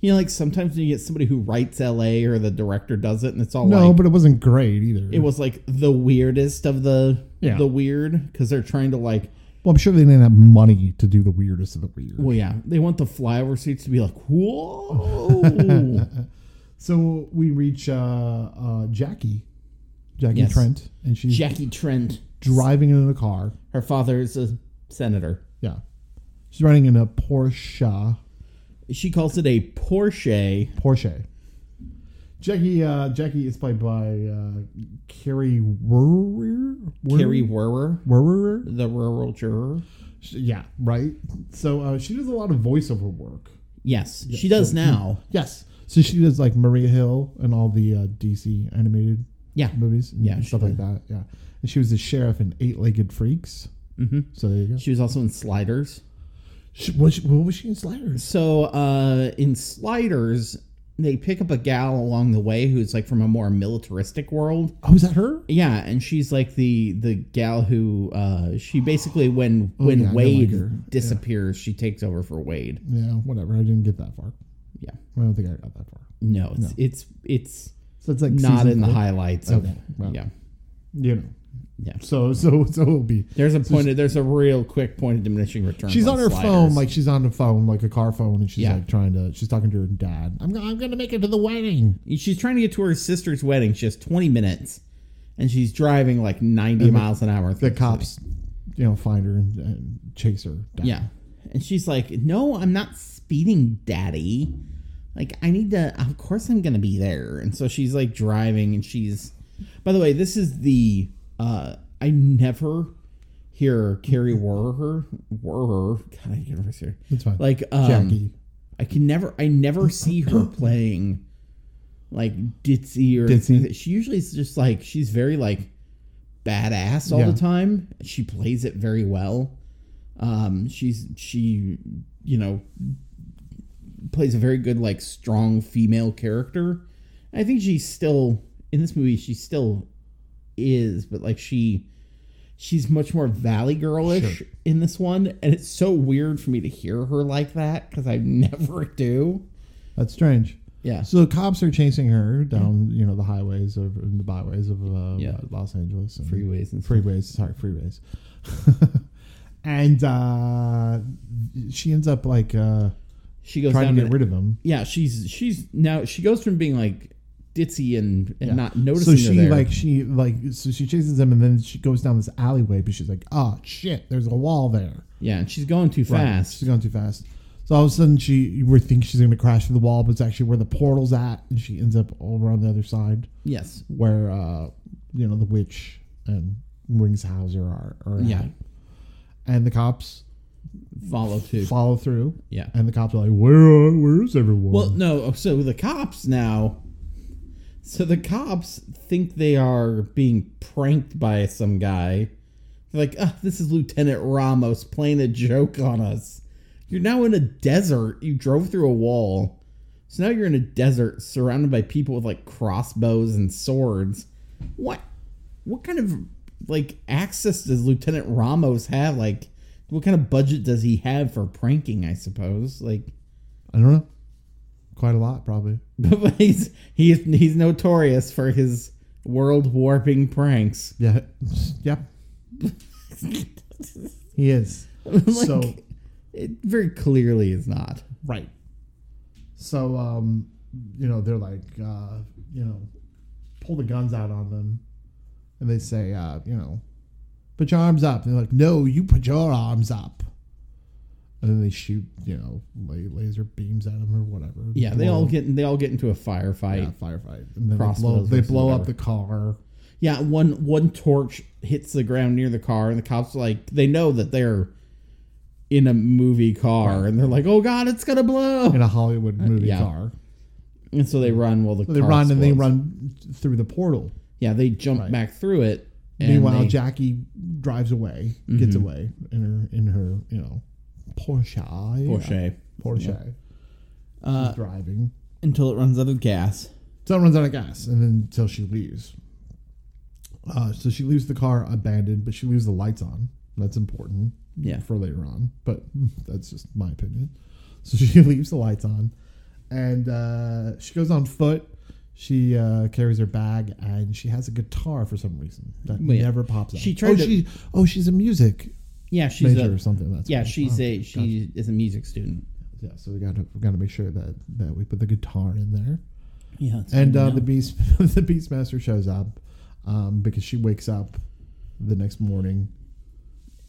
Speaker 2: You know, like sometimes when you get somebody who writes L.A. or the director does it, and it's all
Speaker 1: No,
Speaker 2: like
Speaker 1: but it wasn't great either.
Speaker 2: it was like the weirdest of the
Speaker 1: Yeah.
Speaker 2: the weird because they're trying to like
Speaker 1: Well, I'm sure they didn't have money to do the weirdest of the weird.
Speaker 2: well yeah they want the flyover seats to be like whoa
Speaker 1: So we reach uh, uh, Jackie, Jackie
Speaker 2: Yes.
Speaker 1: Trent, and she's
Speaker 2: Jackie Trent
Speaker 1: driving in a car.
Speaker 2: her father is a senator
Speaker 1: Yeah, she's riding in a Porsche.
Speaker 2: She calls it a Porsche.
Speaker 1: Porsche. Jackie, uh, Jackie is played by uh, Carrie Werrer. Werrer?
Speaker 2: Carrie Werwer,
Speaker 1: Werrer.
Speaker 2: the rural juror.
Speaker 1: Sh- Yeah, right. So uh, she does a lot of voiceover work.
Speaker 2: Yes, she does now.
Speaker 1: Yes. So she does like Maria Hill and all the uh, DC animated
Speaker 2: Yeah.
Speaker 1: movies and
Speaker 2: Yeah, she
Speaker 1: stuff like that. Yeah. And she was the sheriff in Eight Legged Freaks. Mm-hmm. So there you go.
Speaker 2: She was also in Sliders.
Speaker 1: She, was she, what was she in Sliders?
Speaker 2: So uh, in Sliders, they pick up a gal along the way who's like from a more militaristic world.
Speaker 1: Oh, is that her?
Speaker 2: Yeah, and she's like the the gal who uh, she basically when when
Speaker 1: Oh, yeah, I like
Speaker 2: Wade
Speaker 1: her. Yeah.
Speaker 2: disappears, she takes over for Wade.
Speaker 1: Yeah, whatever. I didn't get that far.
Speaker 2: Yeah.
Speaker 1: I don't think I got that far.
Speaker 2: No, it's it's it's
Speaker 1: So it's like
Speaker 2: not
Speaker 1: season
Speaker 2: in the
Speaker 1: four,
Speaker 2: highlights of
Speaker 1: Okay, well.
Speaker 2: yeah.
Speaker 1: You know.
Speaker 2: Yeah.
Speaker 1: So so so it'll be.
Speaker 2: There's a point. Of, there's a real quick point of diminishing returns.
Speaker 1: She's on her
Speaker 2: Sliders.
Speaker 1: phone, like she's on the phone, like a car phone, and she's
Speaker 2: Yeah.
Speaker 1: like trying to. She's talking to her dad. I'm go- I'm gonna make it to the wedding.
Speaker 2: She's trying to get to her sister's wedding. She has 20 minutes, and she's driving like 90 miles an hour.
Speaker 1: The cops, you know, find her and, and chase her. Down.
Speaker 2: Yeah, and she's like, "No, I'm not speeding, Daddy. Like, I need to. Of course, I'm gonna be there." And so she's like driving, and she's. By the way, this is the. uh I never hear Carrie Werher. Werher. God, I can never see her.
Speaker 1: That's fine.
Speaker 2: Like um,
Speaker 1: Jackie.
Speaker 2: I can never, I never see her playing like ditzy or
Speaker 1: Ditzy.
Speaker 2: anything. She usually is just like she's very like badass all
Speaker 1: Yeah.
Speaker 2: the time. She plays it very well. Um, she's she, you know, plays a very good like strong female character. I think she's still in this movie. She still is, but like she. She's much more Valley Girlish
Speaker 1: Sure.
Speaker 2: in this one, and it's so weird for me to hear her like that because I never do.
Speaker 1: That's strange.
Speaker 2: Yeah.
Speaker 1: So the cops are chasing her down, you know, the highways of and the byways of uh,
Speaker 2: Yeah.
Speaker 1: Los Angeles. and-
Speaker 2: Freeways and
Speaker 1: freeways. Sorry, freeways. and uh, she ends up like uh,
Speaker 2: She goes
Speaker 1: trying
Speaker 2: down
Speaker 1: to get
Speaker 2: and-
Speaker 1: rid of him.
Speaker 2: Yeah, she's she's now she goes from being like ditzy and, and not noticing.
Speaker 1: So
Speaker 2: her
Speaker 1: she
Speaker 2: there.
Speaker 1: like she like so she chases him and then she goes down this alleyway, but she's like, oh shit, there's a wall there.
Speaker 2: yeah, and she's going too fast.
Speaker 1: She's going too fast. So all of a sudden she you would think she's gonna crash through the wall, but it's actually where the portal's at, and she ends up over on the other side.
Speaker 2: Yes,
Speaker 1: where uh you know the witch and Wingshauser are, are
Speaker 2: Yeah.
Speaker 1: at. and the cops
Speaker 2: follow too.
Speaker 1: follow through.
Speaker 2: Yeah.
Speaker 1: and the cops are like, "Where are, where is everyone?"
Speaker 2: Well, no. So the cops now, So the cops think they are being pranked by some guy. They're like, oh, this is Lieutenant Ramos playing a joke on us. You're now in a desert. You drove through a wall. So now you're in a desert surrounded by people with like crossbows and swords. What what kind of like access does Lieutenant Ramos have? Like what kind of budget does he have for pranking, I suppose? Like
Speaker 1: I don't know. Quite a lot, probably.
Speaker 2: but he's he's he's notorious for his world warping pranks.
Speaker 1: Yeah. Yeah. he is.
Speaker 2: Like,
Speaker 1: So-
Speaker 2: it very clearly is not.
Speaker 1: Right. So, um, you know, they're like, uh, you know, pull the guns out on them. And they say, uh, you know, put your arms up. And they're like, no, you put your arms up. And then they shoot, you know, la- laser beams at them or whatever.
Speaker 2: Yeah, they
Speaker 1: Blow
Speaker 2: all
Speaker 1: them-
Speaker 2: get they all get into a firefight.
Speaker 1: yeah, firefight. And then they blow,
Speaker 2: Crossbows
Speaker 1: they
Speaker 2: or
Speaker 1: blow up
Speaker 2: whatever.
Speaker 1: the car.
Speaker 2: Yeah, one one torch hits the ground near the car, and the cops are like they know that they're in a movie car, and they're like, "Oh God, it's gonna blow!"
Speaker 1: in a Hollywood movie
Speaker 2: Uh, yeah.
Speaker 1: car.
Speaker 2: And so they run while the
Speaker 1: They
Speaker 2: car
Speaker 1: run and they
Speaker 2: explodes.
Speaker 1: run through the portal.
Speaker 2: Yeah, they jump back through it. And
Speaker 1: Meanwhile,
Speaker 2: they- Mm-hmm.
Speaker 1: Jackie drives away, gets away in her in her you know Porsche.
Speaker 2: Porsche
Speaker 1: Porsche. She's driving.
Speaker 2: until it runs out of gas.
Speaker 1: So it Uh, runs out of gas, and then until she leaves. Uh, so she leaves the car abandoned, but she leaves the lights on. That's important.
Speaker 2: Yeah.
Speaker 1: for later on, but that's just my opinion. So she leaves the lights on, and uh, she goes on foot. She uh, carries her bag, and she has a guitar for some reason that
Speaker 2: Well, yeah.
Speaker 1: never pops up.
Speaker 2: She tried
Speaker 1: oh,
Speaker 2: to-
Speaker 1: she, oh, she's a music
Speaker 2: Yeah, she's
Speaker 1: major
Speaker 2: a
Speaker 1: or something. That's
Speaker 2: yeah,
Speaker 1: what-
Speaker 2: she's
Speaker 1: oh,
Speaker 2: a she is a music student.
Speaker 1: yeah. So we got to we got to make sure that that we put the guitar in there.
Speaker 2: Yeah, that's
Speaker 1: And
Speaker 2: good to
Speaker 1: uh,
Speaker 2: know.
Speaker 1: the beast, the beastmaster shows up um, because she wakes up the next morning,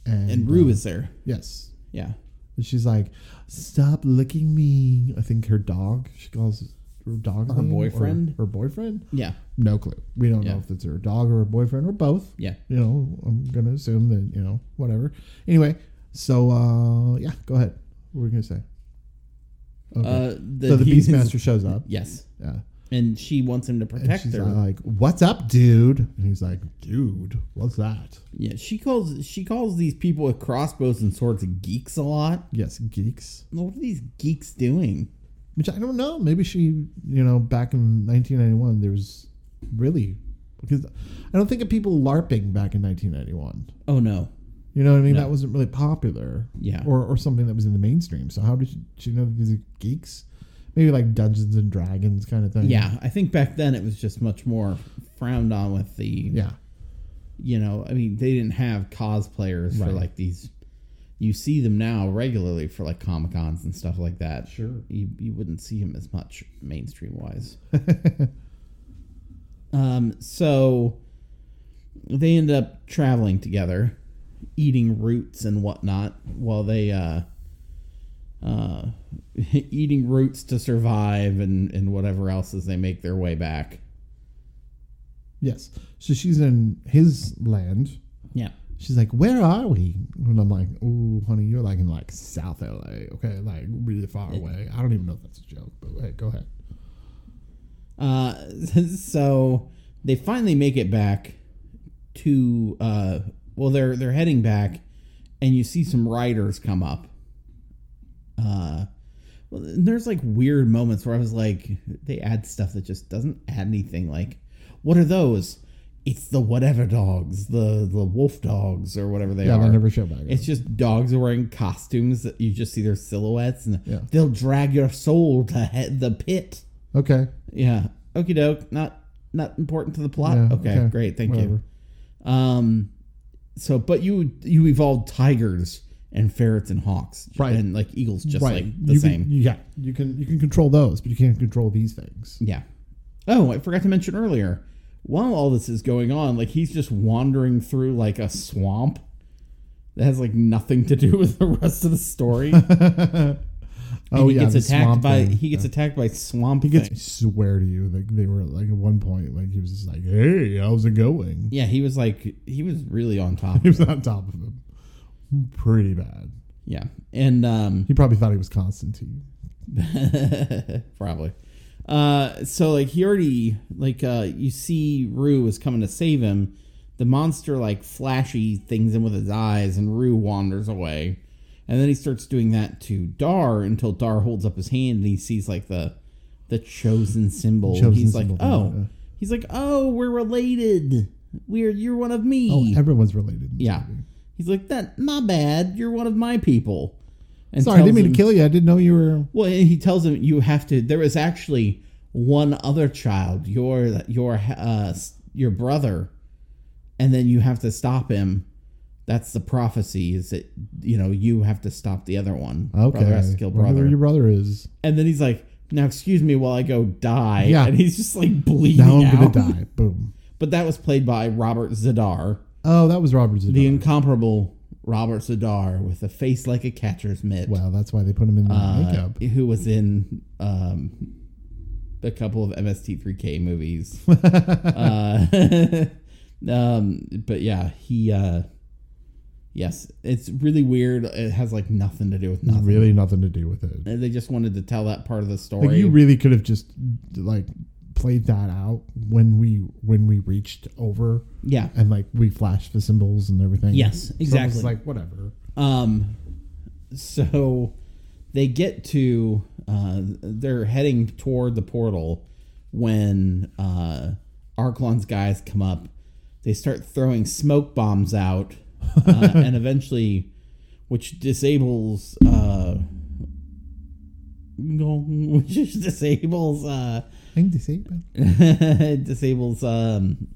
Speaker 1: and,
Speaker 2: and Rue
Speaker 1: uh,
Speaker 2: is there.
Speaker 1: yes,
Speaker 2: Yeah,
Speaker 1: And she's like, "Stop licking me." I think her dog. She calls her dog
Speaker 2: Her
Speaker 1: name, or
Speaker 2: boyfriend?
Speaker 1: Her boyfriend.
Speaker 2: yeah,
Speaker 1: No clue. We don't
Speaker 2: Yeah.
Speaker 1: know if it's her dog or her boyfriend or both.
Speaker 2: yeah.
Speaker 1: You know, I'm gonna assume that you know whatever. Anyway, so uh, yeah, go ahead. What were we gonna say? Okay.
Speaker 2: Uh, the,
Speaker 1: so the
Speaker 2: he's-
Speaker 1: beastmaster shows up.
Speaker 2: Yes,
Speaker 1: Yeah,
Speaker 2: and she wants him to
Speaker 1: and
Speaker 2: protect
Speaker 1: she's
Speaker 2: her.
Speaker 1: like, "What's up, dude?" And he's like, "Dude, what's that?"
Speaker 2: yeah, she calls she calls these people with crossbows and swords geeks a lot.
Speaker 1: Yes, geeks.
Speaker 2: What are these geeks doing?
Speaker 1: which I don't know. Maybe she, you know, back in 1991, there was really because I don't think of people LARPing back in 1991.
Speaker 2: Oh no,
Speaker 1: You know what I mean? That wasn't really popular,
Speaker 2: Yeah.
Speaker 1: or or something that was in the mainstream. So how did she, she know these are geeks? Maybe like Dungeons and Dragons kind of thing.
Speaker 2: yeah. I think back then it was just much more frowned on with the
Speaker 1: yeah,
Speaker 2: you know. I mean, they didn't have cosplayers for
Speaker 1: Right.
Speaker 2: like these. You see them now regularly for like comic cons and stuff like that.
Speaker 1: sure.
Speaker 2: you, you wouldn't see him as much mainstream wise. um, so they end up traveling together, eating roots and whatnot, while they uh, uh, eating roots to survive and and whatever else as they make their way back.
Speaker 1: Yes. So she's in his land.
Speaker 2: Yeah,
Speaker 1: She's like, "Where are we?" And I'm like, "Oh, honey, you're like in like South LA, okay, like really far away." I don't even know if that's a joke, but hey, go ahead.
Speaker 2: Uh, so they finally make it back to uh, well, they're they're heading back, and you see some riders come up. Uh, well, and there's like weird moments where I was like, they add stuff that just doesn't add anything. Like, what are those? It's the whatever dogs, the the wolf dogs or whatever they
Speaker 1: yeah,
Speaker 2: are.
Speaker 1: they never show back. up.
Speaker 2: It's just dogs wearing costumes that you just see their silhouettes, and
Speaker 1: Yeah.
Speaker 2: they'll drag your soul to he- the pit.
Speaker 1: Okay.
Speaker 2: Yeah. Okie doke. Not not important to the plot.
Speaker 1: Yeah,
Speaker 2: okay,
Speaker 1: okay.
Speaker 2: Great. Thank
Speaker 1: Whatever.
Speaker 2: you. Um. So, but you you evolved tigers and ferrets and hawks,
Speaker 1: Right.
Speaker 2: And like eagles, just like the
Speaker 1: you
Speaker 2: same.
Speaker 1: Can, yeah, you can you can control those, but you can't control these things.
Speaker 2: yeah. Oh, I forgot to mention earlier. While all this is going on, like he's just wandering through like a swamp that has like nothing to do with the rest of the story. and
Speaker 1: Oh
Speaker 2: he
Speaker 1: yeah,
Speaker 2: gets
Speaker 1: the
Speaker 2: attacked
Speaker 1: swamp
Speaker 2: by
Speaker 1: thing.
Speaker 2: he gets attacked by swamp.
Speaker 1: He gets. I
Speaker 2: thing.
Speaker 1: swear to you, like they were like at one point, like he was just like, "Hey, how's it going?"
Speaker 2: Yeah, he was like he was really on top.
Speaker 1: He was on top of him, pretty bad.
Speaker 2: yeah, and um,
Speaker 1: He probably thought he was Constantine.
Speaker 2: Probably. Uh, so like he already like uh, you see Rue is coming to save him. The monster like flashy things him with his eyes, and Rue wanders away. And then he starts doing that to Dar until Dar holds up his hand and he sees like the the chosen symbol.
Speaker 1: Chosen
Speaker 2: he's like,
Speaker 1: symbol,
Speaker 2: oh,
Speaker 1: yeah.
Speaker 2: he's like, oh, we're related. We're you're one of me.
Speaker 1: Oh, everyone's related. in this
Speaker 2: Yeah.
Speaker 1: movie.
Speaker 2: He's like, that my bad, you're one of my people. And
Speaker 1: Sorry, I
Speaker 2: tells
Speaker 1: didn't mean
Speaker 2: him-
Speaker 1: to kill you. I didn't know you were.
Speaker 2: Well, and he tells him you have to there was actually one other child, your your uh s- your brother, and then you have to stop him. That's the prophecy is that you know, you have to stop the other one.
Speaker 1: Okay.
Speaker 2: Brother has to kill
Speaker 1: Wonder
Speaker 2: brother.
Speaker 1: Where your brother is.
Speaker 2: And then he's like, Now excuse me while I go die.
Speaker 1: Yeah.
Speaker 2: And he's just like bleeding.
Speaker 1: Now I'm
Speaker 2: out.
Speaker 1: gonna die. Boom.
Speaker 2: But that was played by Robert Zadar.
Speaker 1: Oh, that was Robert Zidane.
Speaker 2: The incomparable Robert Zadar with a face like a catcher's mitt.
Speaker 1: wow, that's why they put him in the
Speaker 2: uh,
Speaker 1: makeup.
Speaker 2: who was in um, a couple of MST3K movies. uh, um, but yeah, he. Uh, yes, it's really weird. It has like nothing to do with nothing.
Speaker 1: Really, nothing to do with it.
Speaker 2: And They just wanted to tell that part of the story.
Speaker 1: Like you really could have just like played that out when we when we reached over
Speaker 2: yeah.
Speaker 1: and like we flashed the symbols and everything.
Speaker 2: Yes,
Speaker 1: So it was
Speaker 2: exactly.
Speaker 1: like whatever.
Speaker 2: Um, so they get to uh, they're heading toward the portal when uh, Arklon's guys come up. They start throwing smoke bombs out, uh, and eventually, which disables uh, which disables uh,
Speaker 1: I think they say, but-
Speaker 2: disables um,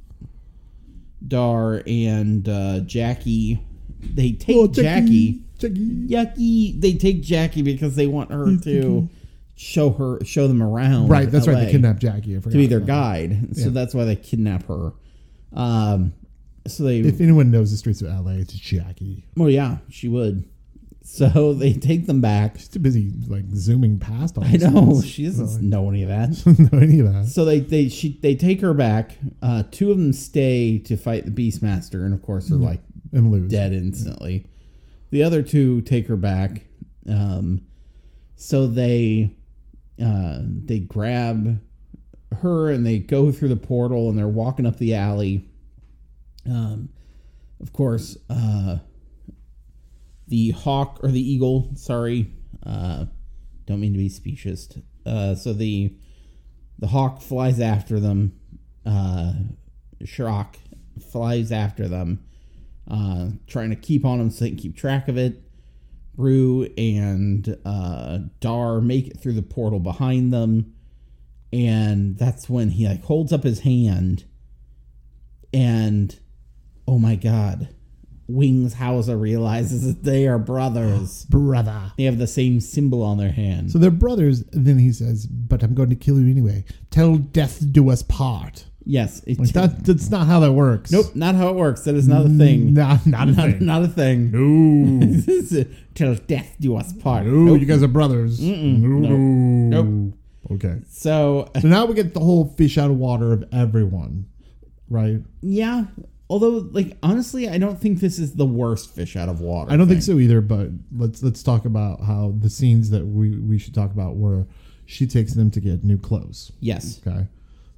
Speaker 2: Dar and uh, Jackie. They take
Speaker 1: Oh,
Speaker 2: Jackie
Speaker 1: Jackie.
Speaker 2: yucky they take jackie because they want her to show her show them around
Speaker 1: Right, that's right.
Speaker 2: LA
Speaker 1: They kidnapped Jackie. I
Speaker 2: to be
Speaker 1: forgot
Speaker 2: their
Speaker 1: about
Speaker 2: guide so that's why they kidnap her um so
Speaker 1: that.
Speaker 2: they
Speaker 1: If anyone knows the streets of LA, it's Jackie.
Speaker 2: well yeah she would so they take them back
Speaker 1: She's too busy like zooming past all.
Speaker 2: i know she doesn't know any of that
Speaker 1: Doesn't know any of that.
Speaker 2: so they they she they take her back uh two of them stay to fight the beastmaster and of course
Speaker 1: Mm-hmm.
Speaker 2: they're like
Speaker 1: And lose.
Speaker 2: dead instantly. The other two take her back. Um, so they uh, they grab her and they go through the portal and they're walking up the alley. Um, of course, uh, the hawk or the eagle. Sorry, uh, don't mean to be specious. Uh, so the the hawk flies after them. Uh, Shrock flies after them, uh, trying to keep on them so they can keep track of it. Rue and uh, Dar make it through the portal behind them, and that's when he like holds up his hand, and oh my god, Wings Hauser realizes that they are brothers.
Speaker 1: Brother.
Speaker 2: They have the same symbol on their hand.
Speaker 1: So they're brothers. And then he says, "But I'm going to kill you anyway. Till death do us part."
Speaker 2: yes, it
Speaker 1: Like that. That's not how that works.
Speaker 2: Nope, not how it works. That is not a thing.
Speaker 1: Nah, not a
Speaker 2: not,
Speaker 1: thing.
Speaker 2: not a thing.
Speaker 1: Mm, No.
Speaker 2: This is a- Till death do us part.
Speaker 1: No,
Speaker 2: Nope.
Speaker 1: you guys are brothers. No.
Speaker 2: Nope.
Speaker 1: Okay.
Speaker 2: So
Speaker 1: So now we get the whole fish out of water of everyone, right?
Speaker 2: yeah, although like honestly, I don't think this is the worst fish out of water.
Speaker 1: I don't think so either. But let's let's talk about how the scenes that we we should talk about where she takes them to get new clothes.
Speaker 2: Yes.
Speaker 1: Okay.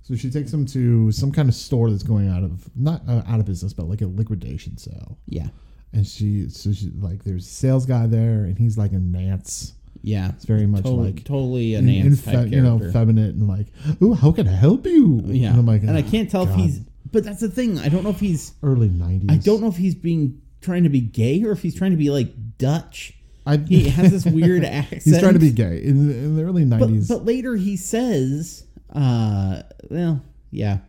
Speaker 1: So she takes them to some kind of store that's going out of not uh, out of business, but like a liquidation sale.
Speaker 2: Yeah.
Speaker 1: And she so she like there's a sales guy there, and he's like a Nance.
Speaker 2: Yeah.
Speaker 1: It's very much
Speaker 2: Totally,
Speaker 1: like
Speaker 2: totally an
Speaker 1: in-
Speaker 2: ants
Speaker 1: in
Speaker 2: type
Speaker 1: fe-
Speaker 2: character.
Speaker 1: you know, feminine and like, ooh, how can I help you?
Speaker 2: yeah.
Speaker 1: and I'm like,
Speaker 2: and I
Speaker 1: "Ah,
Speaker 2: can't tell
Speaker 1: God."
Speaker 2: if he's. But that's the thing. I don't know if he's.
Speaker 1: early nineties.
Speaker 2: I don't know if he's being trying to be gay or if he's trying to be like Dutch.
Speaker 1: I,
Speaker 2: He has this weird accent.
Speaker 1: he's trying to be gay in, in the early nineties.
Speaker 2: But, but later he says, uh, well, yeah.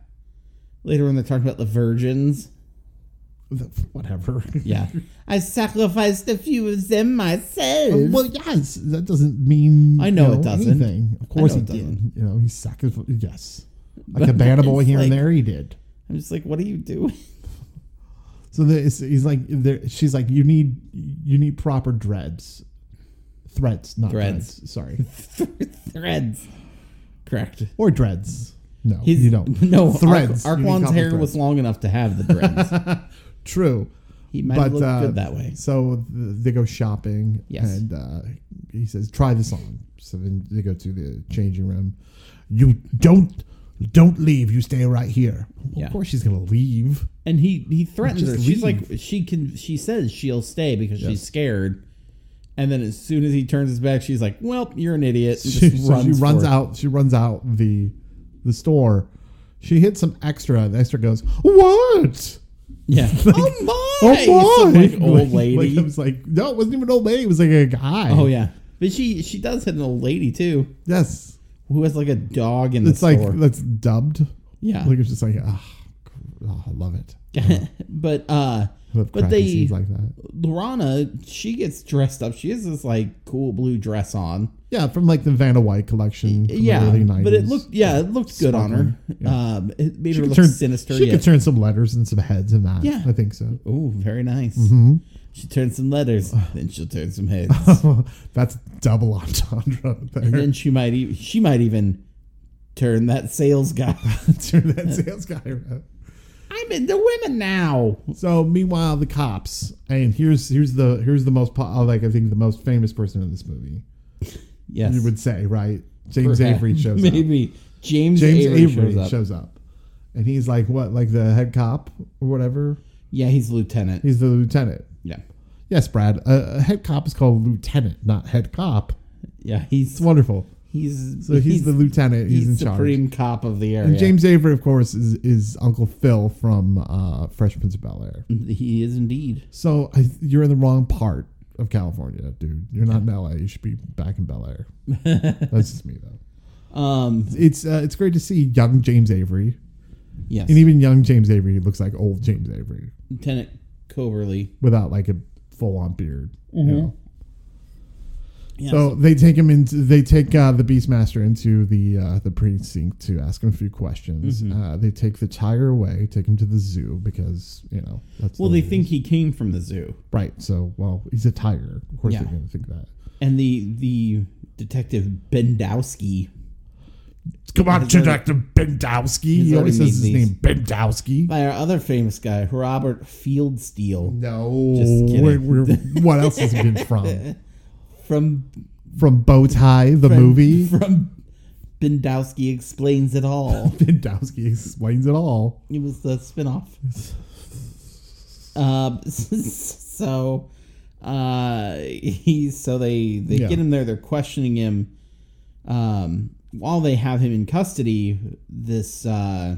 Speaker 2: Later when they're talking about the virgins,
Speaker 1: Whatever.
Speaker 2: yeah. I sacrificed a few of them myself.
Speaker 1: Well, yes, that doesn't mean
Speaker 2: I know
Speaker 1: you
Speaker 2: it doesn't.
Speaker 1: Anything. Of course, he
Speaker 2: know it
Speaker 1: did.
Speaker 2: doesn't.
Speaker 1: You know, he sacrificed. Yes, like a banana boy
Speaker 2: it's
Speaker 1: here and
Speaker 2: like-
Speaker 1: there. He did.
Speaker 2: I'm just like, what are you doing?
Speaker 1: So the, it's- he's like, there, she's like, you need, you need proper dreads, threads, not
Speaker 2: Threads.
Speaker 1: dreads. Sorry,
Speaker 2: Threads. Correct.
Speaker 1: or dreads. No,
Speaker 2: His-
Speaker 1: you don't.
Speaker 2: No,
Speaker 1: threads.
Speaker 2: Ark-
Speaker 1: You can
Speaker 2: Arklon's
Speaker 1: call them
Speaker 2: hair was
Speaker 1: threads.
Speaker 2: long enough to have the dreads.
Speaker 1: True.
Speaker 2: He might have
Speaker 1: But,
Speaker 2: looked
Speaker 1: uh,
Speaker 2: good that way.
Speaker 1: So th- they go shopping.
Speaker 2: Yes.
Speaker 1: And uh, he says, "Try this on." So then they go to the changing room. You don't don't leave. You stay right here. Well,
Speaker 2: Yeah.
Speaker 1: Of course, she's gonna leave.
Speaker 2: And he he threatens
Speaker 1: Just
Speaker 2: her. She's like she can. She says she'll stay because she's scared. And then as soon as he turns his back, she's like, "Well, you're an idiot." and
Speaker 1: She,
Speaker 2: just
Speaker 1: so she
Speaker 2: for
Speaker 1: runs
Speaker 2: it.
Speaker 1: out. She runs out the the store. She hits some extra. The extra goes, "What?"
Speaker 2: Yeah. oh my!
Speaker 1: Oh boy!
Speaker 2: Some, like, old lady.
Speaker 1: Like, I was like, no, it wasn't even an old lady. It was like a guy.
Speaker 2: oh yeah. But she she does hit an old lady too,
Speaker 1: Yes.
Speaker 2: who has like a dog in the
Speaker 1: It's like
Speaker 2: store.
Speaker 1: that's dubbed.
Speaker 2: yeah.
Speaker 1: Like it's just like, ah, oh, I love it.
Speaker 2: but uh,
Speaker 1: I love
Speaker 2: but
Speaker 1: crafty
Speaker 2: they
Speaker 1: scenes like that.
Speaker 2: Lorana, she gets dressed up. She has this like cool blue dress on.
Speaker 1: Yeah, from like the Vanna White collection. from the
Speaker 2: yeah,
Speaker 1: early 90s.
Speaker 2: but it looked yeah, it looked good on her.
Speaker 1: Sparkling, yeah.
Speaker 2: Um, it made
Speaker 1: She
Speaker 2: her
Speaker 1: could
Speaker 2: look
Speaker 1: turn
Speaker 2: sinister.
Speaker 1: She
Speaker 2: yet-
Speaker 1: could turn some letters and some heads in that.
Speaker 2: Yeah.
Speaker 1: I think so.
Speaker 2: Oh, very nice.
Speaker 1: Mm-hmm.
Speaker 2: She turned some letters, then she'll turn some heads,
Speaker 1: That's double entendre
Speaker 2: and
Speaker 1: there.
Speaker 2: then she might e- she might even turn that sales guy.
Speaker 1: turn that sales guy around.
Speaker 2: I'm into women now.
Speaker 1: So meanwhile, the cops, and here's here's the here's the most po- uh, like I think the most famous person in this movie.
Speaker 2: Yes,
Speaker 1: You would say right? James
Speaker 2: perhaps.
Speaker 1: Avery shows up.
Speaker 2: Maybe James,
Speaker 1: James
Speaker 2: Avery,
Speaker 1: Avery,
Speaker 2: shows up.
Speaker 1: and he's like what, like the head cop or whatever.
Speaker 2: yeah, he's lieutenant.
Speaker 1: He's the lieutenant.
Speaker 2: yeah,
Speaker 1: Yes, Brad. A, a head cop is called lieutenant, not head cop.
Speaker 2: yeah,
Speaker 1: It's
Speaker 2: he's
Speaker 1: wonderful.
Speaker 2: he's
Speaker 1: So he's, the lieutenant. He's,
Speaker 2: he's
Speaker 1: in charge.
Speaker 2: supreme cop of the area.
Speaker 1: And James Avery, of course, is, is Uncle Phil from uh, Fresh Prince of Bel Air.
Speaker 2: he is indeed.
Speaker 1: So I, you're in the wrong part of California, dude. You're not in LA. You should be back in Bel Air. That's just me, though.
Speaker 2: Um,
Speaker 1: It's uh, it's great to see young James Avery,
Speaker 2: yes,
Speaker 1: and even young James Avery looks like old James Avery.
Speaker 2: Lieutenant Coverly.
Speaker 1: without like a full on beard. you
Speaker 2: Mm-hmm.
Speaker 1: know?
Speaker 2: Yeah,
Speaker 1: So they take him into they take uh, the Beastmaster into the uh, the precinct to ask him a few questions.
Speaker 2: Mm-hmm.
Speaker 1: Uh, they take the tiger away, take him to the zoo because you know that's
Speaker 2: well,
Speaker 1: the
Speaker 2: they
Speaker 1: way it
Speaker 2: think
Speaker 1: is.
Speaker 2: he came from the zoo,
Speaker 1: right. So well, he's a tiger. Of course,
Speaker 2: Yeah.
Speaker 1: they're gonna think that.
Speaker 2: and the the detective Bendowski.
Speaker 1: Come on, Detective Bendowski. He
Speaker 2: already
Speaker 1: always says his
Speaker 2: made
Speaker 1: name Bendowski.
Speaker 2: by our other famous guy, Robert Fieldsteel
Speaker 1: No,
Speaker 2: Just kidding.
Speaker 1: Where- where- what else has he been from?
Speaker 2: from
Speaker 1: From Bow Tie, the movie.
Speaker 2: from Bendowski explains it all.
Speaker 1: Bendowski explains it all.
Speaker 2: it was the spinoff. Um, so uh, he so they they
Speaker 1: Yeah.
Speaker 2: get him there. They're questioning him. Um, while they have him in custody, this uh,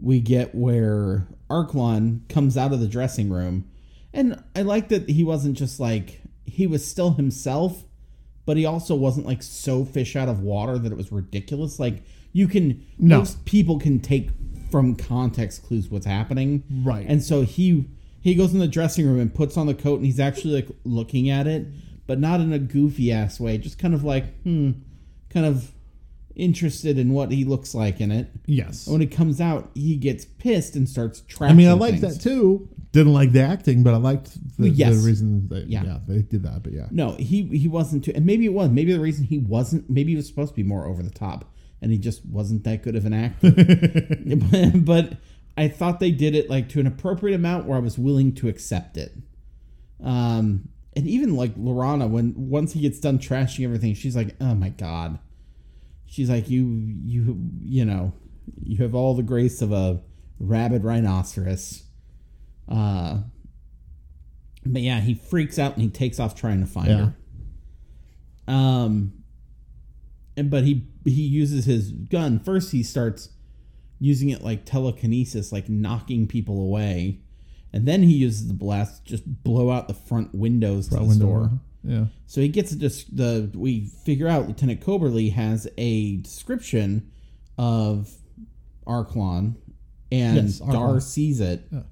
Speaker 2: we get where Arklon comes out of the dressing room, and I like that he wasn't just like he was still himself, but he also wasn't like so fish out of water that it was ridiculous. Like you can
Speaker 1: No.
Speaker 2: most people can take from context clues what's happening,
Speaker 1: Right.
Speaker 2: And so he he goes in the dressing room and puts on the coat, and he's actually like looking at it, but not in a goofy ass way. Just kind of like hmm, kind of interested in what he looks like in it.
Speaker 1: Yes.
Speaker 2: When it comes out, he gets pissed and starts tracking.
Speaker 1: I mean, I liked
Speaker 2: things.
Speaker 1: that too. Didn't like the acting, but I liked the,
Speaker 2: Yes.
Speaker 1: the reason that
Speaker 2: Yeah.
Speaker 1: yeah. they did that. But yeah,
Speaker 2: No, he he wasn't too, and maybe it was. Maybe the reason he wasn't, maybe he was supposed to be more over the top, and he just wasn't that good of an actor. but I thought they did it like to an appropriate amount where I was willing to accept it. Um, and even like Lorana, when once he gets done trashing everything, she's like, "Oh my god," she's like, "You you you know, you have all the grace of a rabid rhinoceros." Uh, but yeah, he freaks out and he takes off trying to find
Speaker 1: Yeah.
Speaker 2: her. Um, and but he he uses his gun first. He starts using it like telekinesis, like knocking people away, and then he uses the blast to just blow out the front windows to the
Speaker 1: Window
Speaker 2: store.
Speaker 1: one. Yeah,
Speaker 2: So he gets just the we figure out Lieutenant Coberly has a description of Arklon, and
Speaker 1: Yes, Arklon.
Speaker 2: Dar sees it.
Speaker 1: Yeah.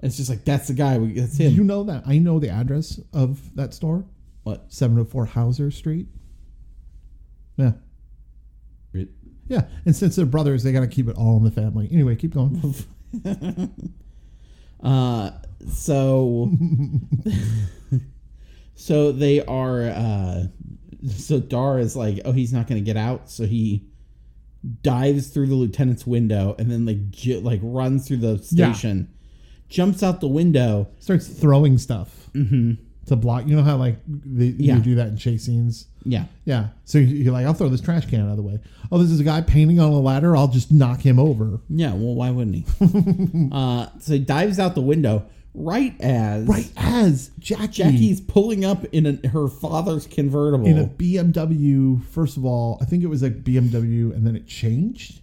Speaker 2: It's just like that's the guy. We, that's
Speaker 1: Do
Speaker 2: him.
Speaker 1: you know that I know the address of that store,
Speaker 2: what?
Speaker 1: seven hundred four Hauser Street. Yeah, yeah. And since they're brothers, they got to keep it all in the family. Anyway, keep going.
Speaker 2: Uh, so so they are uh so dar is like oh he's not gonna get out so he dives through the lieutenant's window and then like j- like runs through the
Speaker 1: Yeah.
Speaker 2: station jumps out the window.
Speaker 1: starts throwing stuff to block. You know how like they,
Speaker 2: Mm-hmm. Yeah.
Speaker 1: you do that in chase scenes.
Speaker 2: Yeah.
Speaker 1: Yeah. So you- you're like, I'll throw this trash can out of the way. Oh, this is a guy painting on a ladder. I'll just knock him over.
Speaker 2: Yeah, well, why wouldn't he? uh, so he dives out the window right as
Speaker 1: Right as Jackie,
Speaker 2: Jackie's pulling up in a, her father's convertible.
Speaker 1: in a BMW. First of all, I think it was like BMW, and then it changed.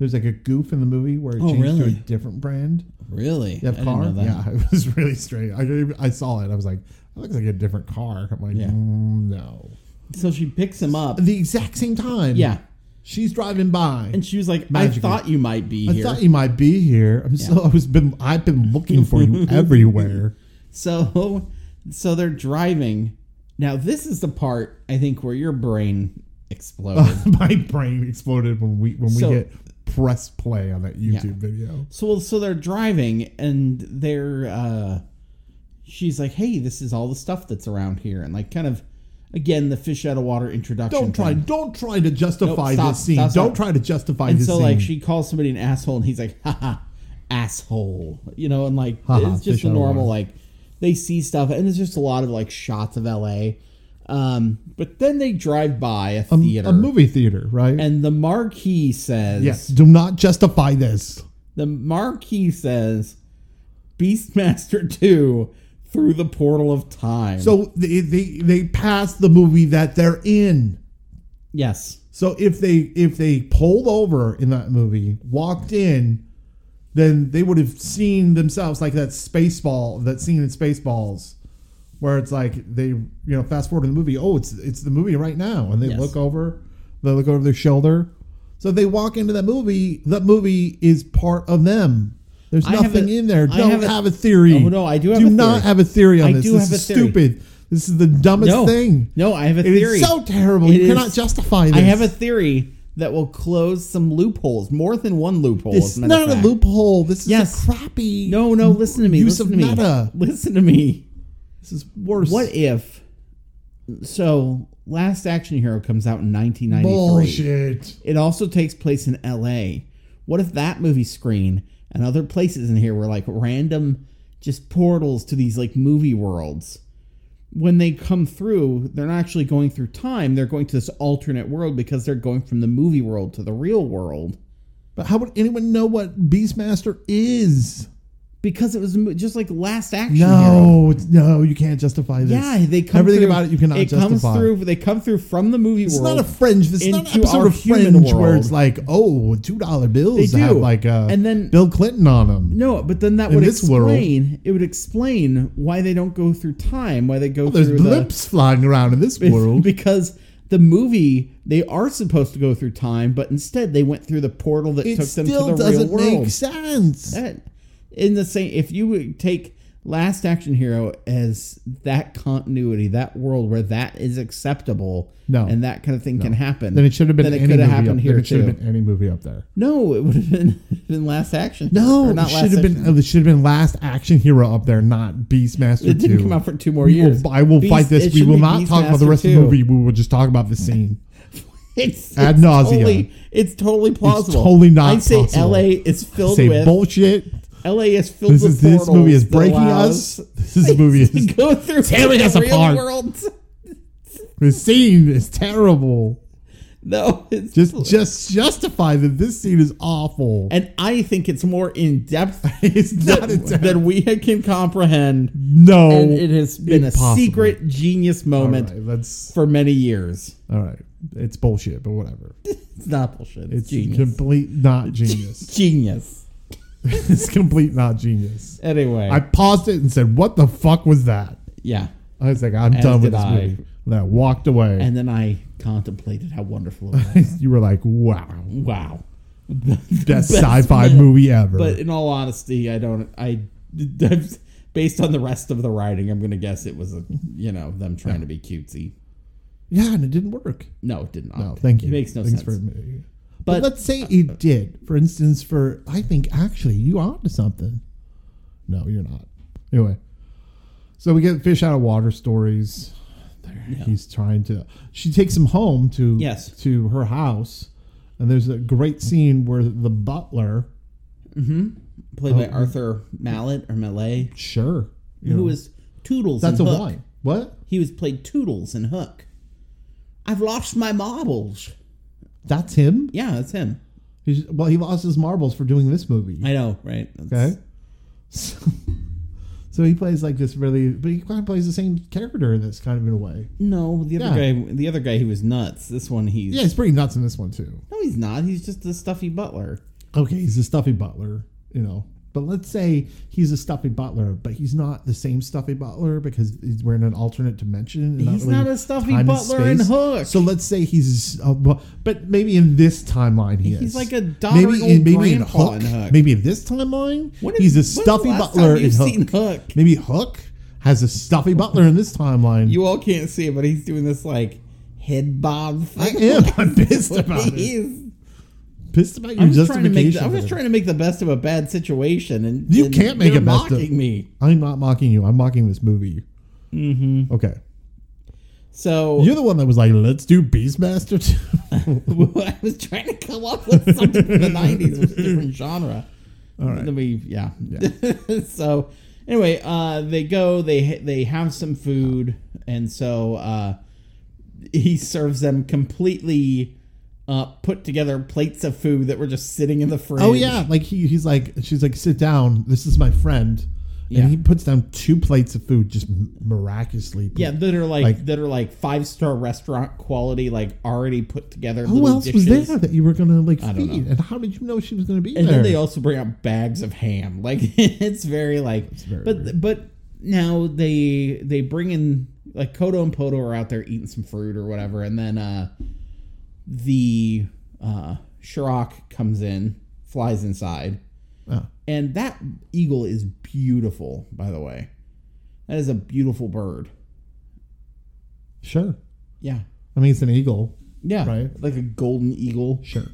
Speaker 1: There's like a goof in the movie where it
Speaker 2: Oh,
Speaker 1: changed to a
Speaker 2: really?
Speaker 1: different brand
Speaker 2: really?
Speaker 1: of
Speaker 2: I
Speaker 1: car.
Speaker 2: didn't know that.
Speaker 1: Yeah, it was really strange. I couldn't even- I saw it. I was like, that looks like a different car. I'm like,
Speaker 2: Yeah.
Speaker 1: "Mm, no.
Speaker 2: So she picks him up.
Speaker 1: At the exact same time.
Speaker 2: Yeah.
Speaker 1: she's driving by.
Speaker 2: And she was like,
Speaker 1: Magically.
Speaker 2: I thought you might be
Speaker 1: I
Speaker 2: here.
Speaker 1: thought you might be here. I'm so I was been I've been looking for you everywhere.
Speaker 2: so so they're driving. Now this is the part I think where your brain exploded.
Speaker 1: My brain exploded when we when
Speaker 2: So-
Speaker 1: we hit press play on that YouTube video.
Speaker 2: So so they're driving and they're uh she's like, "Hey, this is all the stuff that's around here." And like kind of again the fish out of water introduction.
Speaker 1: Don't try
Speaker 2: thing.
Speaker 1: don't try to justify
Speaker 2: Nope, stop,
Speaker 1: this scene.
Speaker 2: stop, stop.
Speaker 1: Don't try to justify
Speaker 2: And
Speaker 1: this
Speaker 2: so
Speaker 1: scene.
Speaker 2: like she calls somebody an asshole and he's like, "Haha, asshole." You know, and like
Speaker 1: Ha ha,
Speaker 2: it's just
Speaker 1: fish
Speaker 2: a
Speaker 1: out of
Speaker 2: normal
Speaker 1: water.
Speaker 2: like they see stuff and there's just a lot of like shots of LA. Um but then they drive by a
Speaker 1: a,
Speaker 2: theater
Speaker 1: a movie theater, right?
Speaker 2: and the marquee says
Speaker 1: yes. Do not justify this.
Speaker 2: The marquee says Beastmaster 2 through the portal of time.
Speaker 1: So they they, they pass the movie that they're in.
Speaker 2: yes.
Speaker 1: So if they if they pulled over in that movie, walked in, then they would have seen themselves like that Spaceball, that scene in Spaceballs, where it's like they you know fast forward in the movie. Oh, it's it's the movie right now, and they
Speaker 2: Yes.
Speaker 1: look over, they look over their shoulder. So they walk into that movie. That movie is part of them. There's
Speaker 2: I have
Speaker 1: nothing
Speaker 2: a-
Speaker 1: in there.
Speaker 2: I
Speaker 1: Don't have
Speaker 2: have
Speaker 1: a,
Speaker 2: a-
Speaker 1: theory.
Speaker 2: Oh, no, I do have a
Speaker 1: not
Speaker 2: theory.
Speaker 1: have a theory on
Speaker 2: I
Speaker 1: this.
Speaker 2: do
Speaker 1: this
Speaker 2: have a
Speaker 1: is
Speaker 2: theory.
Speaker 1: stupid. This is the dumbest
Speaker 2: No.
Speaker 1: thing.
Speaker 2: No, I have a
Speaker 1: It
Speaker 2: theory.
Speaker 1: is so terrible.
Speaker 2: It
Speaker 1: you
Speaker 2: is-
Speaker 1: cannot justify this.
Speaker 2: I have a theory that will close some loopholes, more than one loophole.
Speaker 1: It's
Speaker 2: as a matter
Speaker 1: not
Speaker 2: of
Speaker 1: a
Speaker 2: fact.
Speaker 1: loophole. This is
Speaker 2: Yes.
Speaker 1: a crappy.
Speaker 2: No, no, listen to me.
Speaker 1: Use of
Speaker 2: listen to me.
Speaker 1: meta.
Speaker 2: Listen to me.
Speaker 1: this is worse.
Speaker 2: What if so Last Action Hero comes out in 1993.
Speaker 1: bullshit?
Speaker 2: It also takes place in LA. What if that movie screen and other places in here were like random just portals to these like movie worlds? When they come through, they're not actually going through time, they're going to this alternate world because they're going from the movie world to the real world.
Speaker 1: But how would anyone know what Beastmaster is?
Speaker 2: Because it was a mo- just like last action. Hero.
Speaker 1: No, it's, no, you can't justify this.
Speaker 2: Yeah, they come
Speaker 1: everything
Speaker 2: through-
Speaker 1: about it you cannot
Speaker 2: it
Speaker 1: justify.
Speaker 2: comes through they come through from the movie
Speaker 1: It's
Speaker 2: world.
Speaker 1: not a fringe. It's not an
Speaker 2: into
Speaker 1: episode
Speaker 2: our
Speaker 1: of
Speaker 2: human
Speaker 1: Fringe where it's
Speaker 2: world.
Speaker 1: like, oh, two dollar bills
Speaker 2: They
Speaker 1: have
Speaker 2: do.
Speaker 1: like uh,
Speaker 2: And then-
Speaker 1: Bill Clinton on them.
Speaker 2: No, but then that
Speaker 1: In
Speaker 2: would
Speaker 1: this world-
Speaker 2: explain. It would explain why they don't go through time. Why they go
Speaker 1: Oh, There's
Speaker 2: through
Speaker 1: blips flying around in this
Speaker 2: the
Speaker 1: world.
Speaker 2: because the movie they are supposed to go through time, but instead they went through the portal that
Speaker 1: It
Speaker 2: took them to the
Speaker 1: still doesn't
Speaker 2: real world.
Speaker 1: make sense.
Speaker 2: That- in the same, if you would take Last Action Hero as that continuity, that world where that is acceptable,
Speaker 1: No.
Speaker 2: and that kind of thing can happen,
Speaker 1: Then it should have been
Speaker 2: Then it
Speaker 1: any
Speaker 2: could
Speaker 1: movie
Speaker 2: have
Speaker 1: up.
Speaker 2: happened
Speaker 1: then
Speaker 2: here
Speaker 1: it should
Speaker 2: too.
Speaker 1: have been any movie up there.
Speaker 2: no, it would have been, been Last Action. Hero,
Speaker 1: No,
Speaker 2: or
Speaker 1: it
Speaker 2: not
Speaker 1: should
Speaker 2: Last
Speaker 1: have
Speaker 2: Action.
Speaker 1: been. It should have been Last Action Hero up there, not Beastmaster.
Speaker 2: It didn't
Speaker 1: 2.
Speaker 2: come out for two more
Speaker 1: We will-
Speaker 2: years.
Speaker 1: I will
Speaker 2: Beast-
Speaker 1: fight
Speaker 2: it
Speaker 1: this. We
Speaker 2: should
Speaker 1: will
Speaker 2: be
Speaker 1: not talk about the
Speaker 2: Beastmaster
Speaker 1: rest of
Speaker 2: 2.
Speaker 1: the movie. We will just talk about the scene.
Speaker 2: It's, it's
Speaker 1: Ad nauseam.
Speaker 2: Totally, it's totally plausible.
Speaker 1: totally not
Speaker 2: I say
Speaker 1: possible.
Speaker 2: LA is filled
Speaker 1: Say
Speaker 2: with
Speaker 1: bullshit.
Speaker 2: LA is filled
Speaker 1: This
Speaker 2: with
Speaker 1: is this
Speaker 2: portals
Speaker 1: movie is
Speaker 2: that
Speaker 1: breaking
Speaker 2: allows
Speaker 1: us. This movie
Speaker 2: to
Speaker 1: is
Speaker 2: go through
Speaker 1: tearing
Speaker 2: the
Speaker 1: us
Speaker 2: real
Speaker 1: apart.
Speaker 2: world.
Speaker 1: the scene is terrible.
Speaker 2: No, it's
Speaker 1: Just just justify that this scene is awful.
Speaker 2: and I think it's more in depth
Speaker 1: It's not a
Speaker 2: than, than we can comprehend.
Speaker 1: no.
Speaker 2: And it has been
Speaker 1: impossible.
Speaker 2: a secret genius
Speaker 1: All
Speaker 2: moment
Speaker 1: right, that's
Speaker 2: for many years.
Speaker 1: all right. It's bullshit, but whatever.
Speaker 2: It's not bullshit. It's
Speaker 1: It's
Speaker 2: genius.
Speaker 1: complete not genius.
Speaker 2: genius.
Speaker 1: it's complete not genius.
Speaker 2: Anyway,
Speaker 1: I paused it and said, "What the fuck was that?"
Speaker 2: yeah.
Speaker 1: I was like, "I'm done with
Speaker 2: did
Speaker 1: this
Speaker 2: I.
Speaker 1: movie." And I walked away.
Speaker 2: And then I contemplated how wonderful it was.
Speaker 1: you were like, "Wow,
Speaker 2: wow.
Speaker 1: best, sci-fi movie ever."
Speaker 2: But in all honesty, I don't. I based on the rest of the writing, I'm going to guess it was a you know them trying to be cutesy.
Speaker 1: yeah, and it didn't work.
Speaker 2: No, it did not.
Speaker 1: No, thank you.
Speaker 2: It makes no
Speaker 1: Thanks
Speaker 2: sense.
Speaker 1: For admitting it. but,
Speaker 2: But-
Speaker 1: let's say it did. For instance, for I think actually you are onto something. No, you're not. Anyway, so we get fish out of water stories. There, He's trying to. She takes him home to
Speaker 2: Yes.
Speaker 1: to her house, and there's a great scene where the butler
Speaker 2: played by
Speaker 1: Oh.
Speaker 2: Arthur Mallet or Mallet,
Speaker 1: Sure. You know,
Speaker 2: who was Toodles.
Speaker 1: that's a
Speaker 2: in Hook.
Speaker 1: wine. What?
Speaker 2: He was played Toodles in Hook. I've lost my marbles.
Speaker 1: That's him.
Speaker 2: Yeah, that's him.
Speaker 1: He's, well, he lost his marbles for doing this movie.
Speaker 2: I know, right? That's-
Speaker 1: Okay. So, so he plays like this really, but he kind of plays the same character in this kind of in a way.
Speaker 2: No, the other guy, the other guy, he was nuts. This one, he's
Speaker 1: Yeah, he's pretty nuts in this one too.
Speaker 2: no, he's not. He's just the stuffy butler.
Speaker 1: Okay, he's a stuffy butler, you know. But let's say he's a stuffy butler, but he's not the same stuffy butler because he's- we're in an alternate dimension. and
Speaker 2: He's
Speaker 1: really
Speaker 2: not a stuffy
Speaker 1: time and
Speaker 2: butler in
Speaker 1: space.
Speaker 2: Hook.
Speaker 1: So let's say he's, a, bu- but maybe in this timeline he is.
Speaker 2: He's like a doddering old grandpa in Hook.
Speaker 1: Maybe in this timeline,
Speaker 2: When
Speaker 1: he's a
Speaker 2: is- when's the
Speaker 1: stuffy
Speaker 2: last
Speaker 1: butler
Speaker 2: time
Speaker 1: in
Speaker 2: you've
Speaker 1: Hook.
Speaker 2: Seen Hook.
Speaker 1: Maybe Hook has a stuffy butler in this timeline.
Speaker 2: You all can't see it, but he's doing this like head bob
Speaker 1: I
Speaker 2: thing.
Speaker 1: am. I'm pissed about it.
Speaker 2: He's-
Speaker 1: Pissed about your
Speaker 2: I'm just trying to make.
Speaker 1: justification.
Speaker 2: The, I
Speaker 1: for
Speaker 2: was
Speaker 1: this.
Speaker 2: trying to make the best of a bad situation, and
Speaker 1: You
Speaker 2: and
Speaker 1: can't make
Speaker 2: you're
Speaker 1: a best of-
Speaker 2: mocking me.
Speaker 1: I'm not mocking you. I'm mocking this movie. Mm-hmm. Okay.
Speaker 2: So
Speaker 1: You're the one that was like, let's do Beastmaster 2.
Speaker 2: I was trying to come up with something from the '90s, which is a different genre.
Speaker 1: All right.
Speaker 2: Then we, yeah. so anyway, uh, they go. They ha- they have some food, and so uh, he serves them completely uh, put together plates of food that were just sitting in the fridge.
Speaker 1: Oh, yeah. Like, he, he's like, she's like, sit down. This is my friend.
Speaker 2: Yeah.
Speaker 1: And he puts down two plates of food just miraculously.
Speaker 2: Yeah, that are like,
Speaker 1: Like-
Speaker 2: that are like five star restaurant quality, like already put together.
Speaker 1: Who
Speaker 2: little
Speaker 1: else
Speaker 2: dishes.
Speaker 1: was there that you were going to, like,
Speaker 2: don't
Speaker 1: feed?
Speaker 2: know.
Speaker 1: And how did you know she was going to be
Speaker 2: And
Speaker 1: there?
Speaker 2: then they also bring out bags of ham. Like it's very like,
Speaker 1: very
Speaker 2: but
Speaker 1: weird.
Speaker 2: but now they they bring in like Kodo and Poto are out there eating some fruit or whatever, and then uh the uh Shirok comes in, flies inside,
Speaker 1: Oh.
Speaker 2: and that eagle is beautiful. By the way, that is a beautiful bird.
Speaker 1: Sure.
Speaker 2: Yeah,
Speaker 1: I mean, it's an eagle.
Speaker 2: yeah,
Speaker 1: Right.
Speaker 2: like a golden eagle.
Speaker 1: Sure.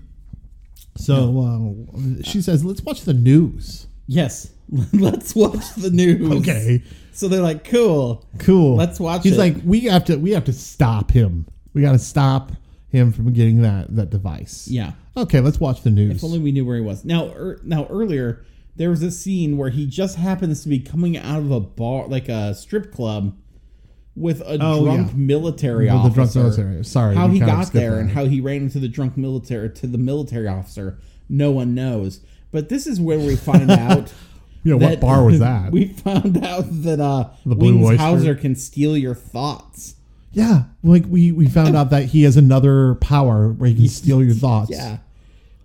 Speaker 1: So uh, she says, let's watch the news.
Speaker 2: Yes, let's watch the news.
Speaker 1: Okay.
Speaker 2: So they're like, cool.
Speaker 1: cool.
Speaker 2: Let's watch
Speaker 1: He's
Speaker 2: it.
Speaker 1: like, we have to, we have to stop him. We got to stop him from getting that that device.
Speaker 2: Yeah.
Speaker 1: Okay, let's watch the news.
Speaker 2: If only we knew where he was. Now, er, now earlier there was a scene where he just happens to be coming out of a bar, like a strip club, with a
Speaker 1: Oh,
Speaker 2: drunk
Speaker 1: yeah.
Speaker 2: military
Speaker 1: With
Speaker 2: officer.
Speaker 1: the drunk military. Sorry,
Speaker 2: how
Speaker 1: we
Speaker 2: he
Speaker 1: kind of
Speaker 2: got
Speaker 1: skipped
Speaker 2: there
Speaker 1: that.
Speaker 2: and how he ran into the drunk military to the military officer. No one knows. But this is where we find out.
Speaker 1: Yeah, what bar was that?
Speaker 2: We found out that uh,
Speaker 1: The Blue
Speaker 2: Wings
Speaker 1: Oyster?
Speaker 2: Hauser can steal your thoughts.
Speaker 1: yeah, like we we found out that he has another power where he can steal your thoughts.
Speaker 2: Yeah.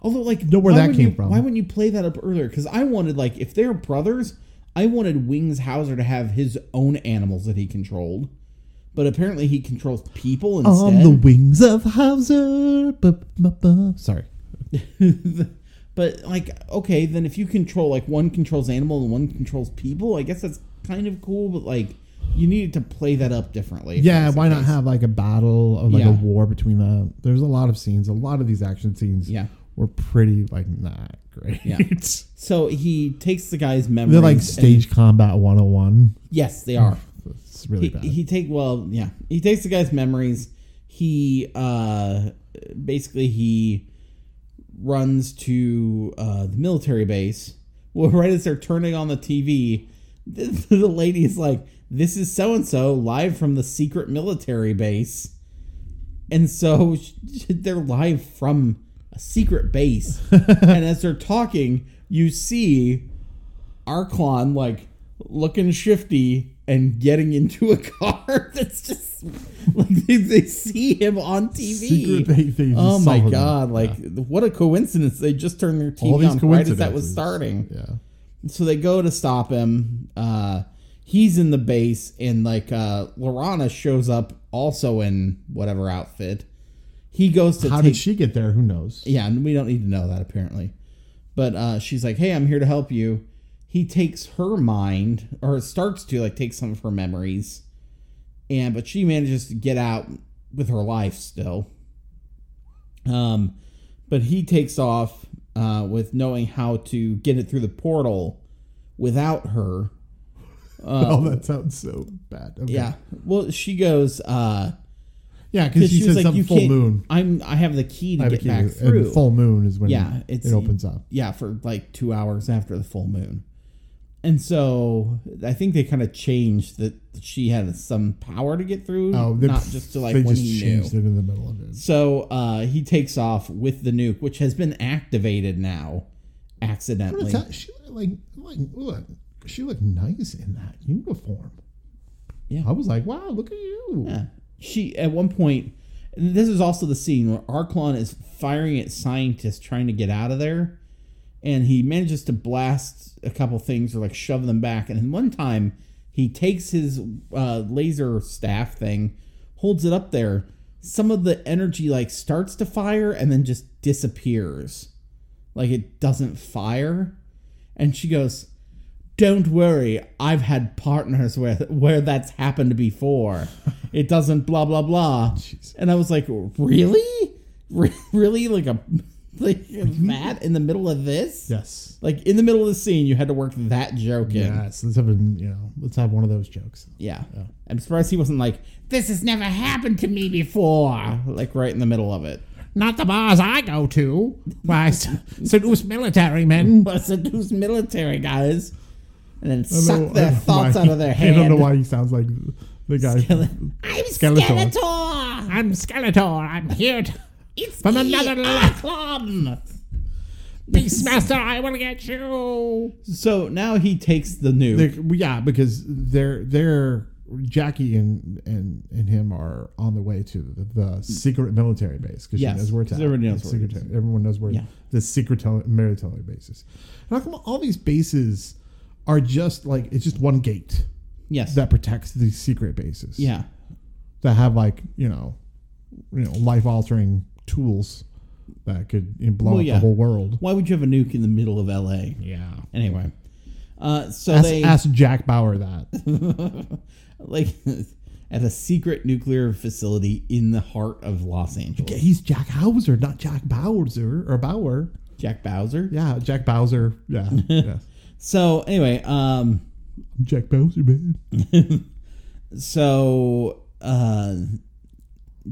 Speaker 2: Although, like,
Speaker 1: Know where
Speaker 2: why
Speaker 1: that
Speaker 2: wouldn't
Speaker 1: came
Speaker 2: you-
Speaker 1: from.
Speaker 2: Why wouldn't you play that up earlier? Because I wanted, like, if they're brothers, I wanted Wings Hauser to have his own animals that he controlled, but apparently he controls people
Speaker 1: On
Speaker 2: instead.
Speaker 1: the wings of Hauser. Bu- bu- bu- Sorry.
Speaker 2: but like, okay, then if you control like one controls animal and one controls people, I guess that's kind of cool. But like, you needed to play that up differently. if
Speaker 1: Yeah,
Speaker 2: that's the
Speaker 1: why not
Speaker 2: case.
Speaker 1: have like a battle or like a
Speaker 2: Yeah.
Speaker 1: war between the? There's a lot of scenes. A lot of these action scenes.
Speaker 2: Yeah.
Speaker 1: were pretty like not great.
Speaker 2: Yeah. So he takes the guy's memories.
Speaker 1: They're like
Speaker 2: and-
Speaker 1: stage combat 101.
Speaker 2: yes, they are.
Speaker 1: It's really bad.
Speaker 2: he, he take well yeah he takes the guy's memories he uh basically he runs to uh the military base well right as they're turning on the tv the, the lady's like this is so and so live from the secret military base and so sh- sh- they're live from a secret base and as they're talking you see Arklon like looking shifty and getting into a car that's just like they, they see him on TV.
Speaker 1: Secret- they- they just
Speaker 2: oh my
Speaker 1: saw him.
Speaker 2: god! Like what a coincidence! They just turned their
Speaker 1: All
Speaker 2: TV
Speaker 1: these
Speaker 2: on right as that
Speaker 1: coincidences.
Speaker 2: was starting.
Speaker 1: Yeah.
Speaker 2: So they go to stop him. Uh, he's in the base, and like uh, Lorana shows up also in whatever outfit. He goes to
Speaker 1: How
Speaker 2: take
Speaker 1: did she get there? Who knows?
Speaker 2: yeah, and we don't need to know that apparently. But uh, she's like, "Hey, I'm here to help you." He takes her mind, or starts to like take some of her memories, and but she manages to get out with her life still. Um, but he takes off uh, with knowing how to get it through the portal without her.
Speaker 1: oh, that sounds so bad. Okay.
Speaker 2: Yeah. Well, she goes. Uh,
Speaker 1: Yeah, because she,
Speaker 2: she
Speaker 1: says
Speaker 2: was like,
Speaker 1: something
Speaker 2: "You
Speaker 1: full
Speaker 2: can't-
Speaker 1: moon.
Speaker 2: I'm. I have the key to
Speaker 1: I have a
Speaker 2: get
Speaker 1: key
Speaker 2: back
Speaker 1: to-
Speaker 2: through.
Speaker 1: And full moon is when
Speaker 2: yeah, it's
Speaker 1: it opens up.
Speaker 2: Yeah, for like two hours after the full moon, and so I think they kind of changed that she had some power to get through,
Speaker 1: they-
Speaker 2: not just to like
Speaker 1: Oh, they
Speaker 2: when
Speaker 1: just
Speaker 2: he knew.
Speaker 1: changed it in the middle of it.
Speaker 2: So uh, he takes off with the nuke, which has been activated now,
Speaker 1: I'm gonna
Speaker 2: accidentally.
Speaker 1: tell- she looked like like look, she looked nice in that uniform.
Speaker 2: Yeah.
Speaker 1: I was like, wow, look at you.
Speaker 2: Yeah. She at one point. and This is also the scene where Arklon is firing at scientists trying to get out of there, and he manages to blast a couple things or like shove them back. And then one time, he takes his uh, laser staff thing, holds it up there. Some of the energy like starts to fire and then just disappears, like it doesn't fire. And she goes, don't worry, I've had partners where where that's happened before. It doesn't blah blah blah.
Speaker 1: Jeez.
Speaker 2: And I was like, really, Re- really, like a like that in the middle of this,
Speaker 1: Yes.
Speaker 2: like in the middle of the scene, you had to work that joke in. Yeah.
Speaker 1: Yes. Let's have a, you know, let's have one of those jokes.
Speaker 2: I'm surprised he wasn't like, this has never happened to me before, like right in the middle of it.
Speaker 1: Not the bars I go to. Why seduce military men.
Speaker 2: But seduce military guys, and then
Speaker 1: I
Speaker 2: suck
Speaker 1: don't know- I
Speaker 2: their
Speaker 1: don't know
Speaker 2: thoughts
Speaker 1: why-
Speaker 2: out of their head.
Speaker 1: I don't know why he sounds like the guy.
Speaker 2: I'm
Speaker 1: Skeletor.
Speaker 2: Skeletor.
Speaker 1: I'm Skeletor. I'm here to
Speaker 2: It's
Speaker 1: From
Speaker 2: me,
Speaker 1: another life.
Speaker 2: Arklon.
Speaker 1: Beastmaster. I will get you.
Speaker 2: So now he takes the nuke.
Speaker 1: They're, yeah, because they're they're Jackie and and and him are on the way to the, the secret military base because
Speaker 2: Yes,
Speaker 1: she knows where it's
Speaker 2: 'cause
Speaker 1: at.
Speaker 2: everybody knows
Speaker 1: The
Speaker 2: where it
Speaker 1: secret- Everyone knows where
Speaker 2: Yeah.
Speaker 1: the secret tele- military base is. And how come all these bases are just like it's just one gate
Speaker 2: yes.
Speaker 1: that protects these secret bases?
Speaker 2: yeah.
Speaker 1: that have like you know, you know, life altering tools that could you know, blow
Speaker 2: Well,
Speaker 1: up
Speaker 2: yeah.
Speaker 1: the whole world.
Speaker 2: Why would you have a nuke in the middle of L.A.?
Speaker 1: Yeah.
Speaker 2: Anyway, uh, so
Speaker 1: Ask,
Speaker 2: they
Speaker 1: ask Jack Bauer that.
Speaker 2: like at a secret nuclear facility in the heart of Los Angeles.
Speaker 1: Yeah, he's Jack Hauser, not Jack Bowser or Bauer.
Speaker 2: Jack Bowser.
Speaker 1: Yeah, Jack Bowser. Yeah, yeah.
Speaker 2: So anyway, um,
Speaker 1: I'm Jack Bowser, man.
Speaker 2: so uh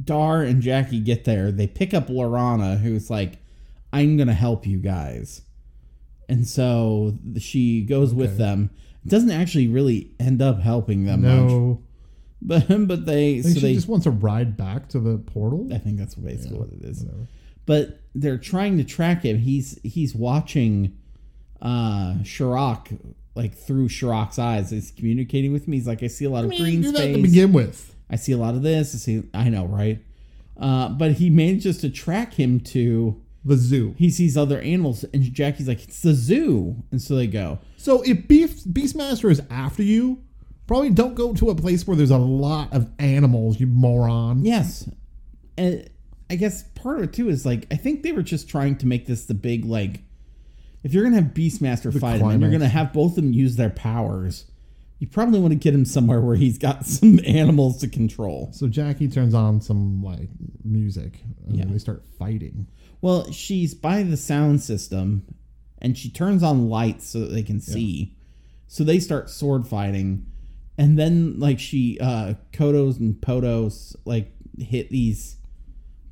Speaker 2: Dar and Jackie get there. They pick up Lorana, who's like, I'm gonna help you guys. And so she goes with them. Doesn't actually really end up helping them much.
Speaker 1: No,
Speaker 2: But but they
Speaker 1: I think
Speaker 2: so
Speaker 1: she
Speaker 2: they
Speaker 1: just wants a ride back to the portal.
Speaker 2: I think that's basically what it is.
Speaker 1: Whatever.
Speaker 2: But they're trying to track him. He's he's watching uh Shirok like through Shirok's eyes. He's communicating with me. He's like, I see a lot of
Speaker 1: I mean,
Speaker 2: green
Speaker 1: do that to
Speaker 2: space.
Speaker 1: begin with.
Speaker 2: I see a lot of this. I see. I know, right? Uh, but he manages to track him to.
Speaker 1: The zoo.
Speaker 2: He sees other animals, and Jackie's like, "It's the zoo," and so they go.
Speaker 1: So if Beef, Beastmaster is after you, probably don't go to a place where there's a lot of animals. You moron.
Speaker 2: Yes, and I guess part of it too is like I think they were just trying to make this the big like. If you're gonna have Beastmaster fight him, and you're
Speaker 1: climax.
Speaker 2: gonna have both of them use their powers, you probably want to get him somewhere where he's got some animals to control.
Speaker 1: So Jackie turns on some like music, and
Speaker 2: Yeah.
Speaker 1: then they start fighting.
Speaker 2: Well, she's by the sound system and she turns on lights so that they can see. So they start sword fighting. And then like she uh Kodos and Podos like hit these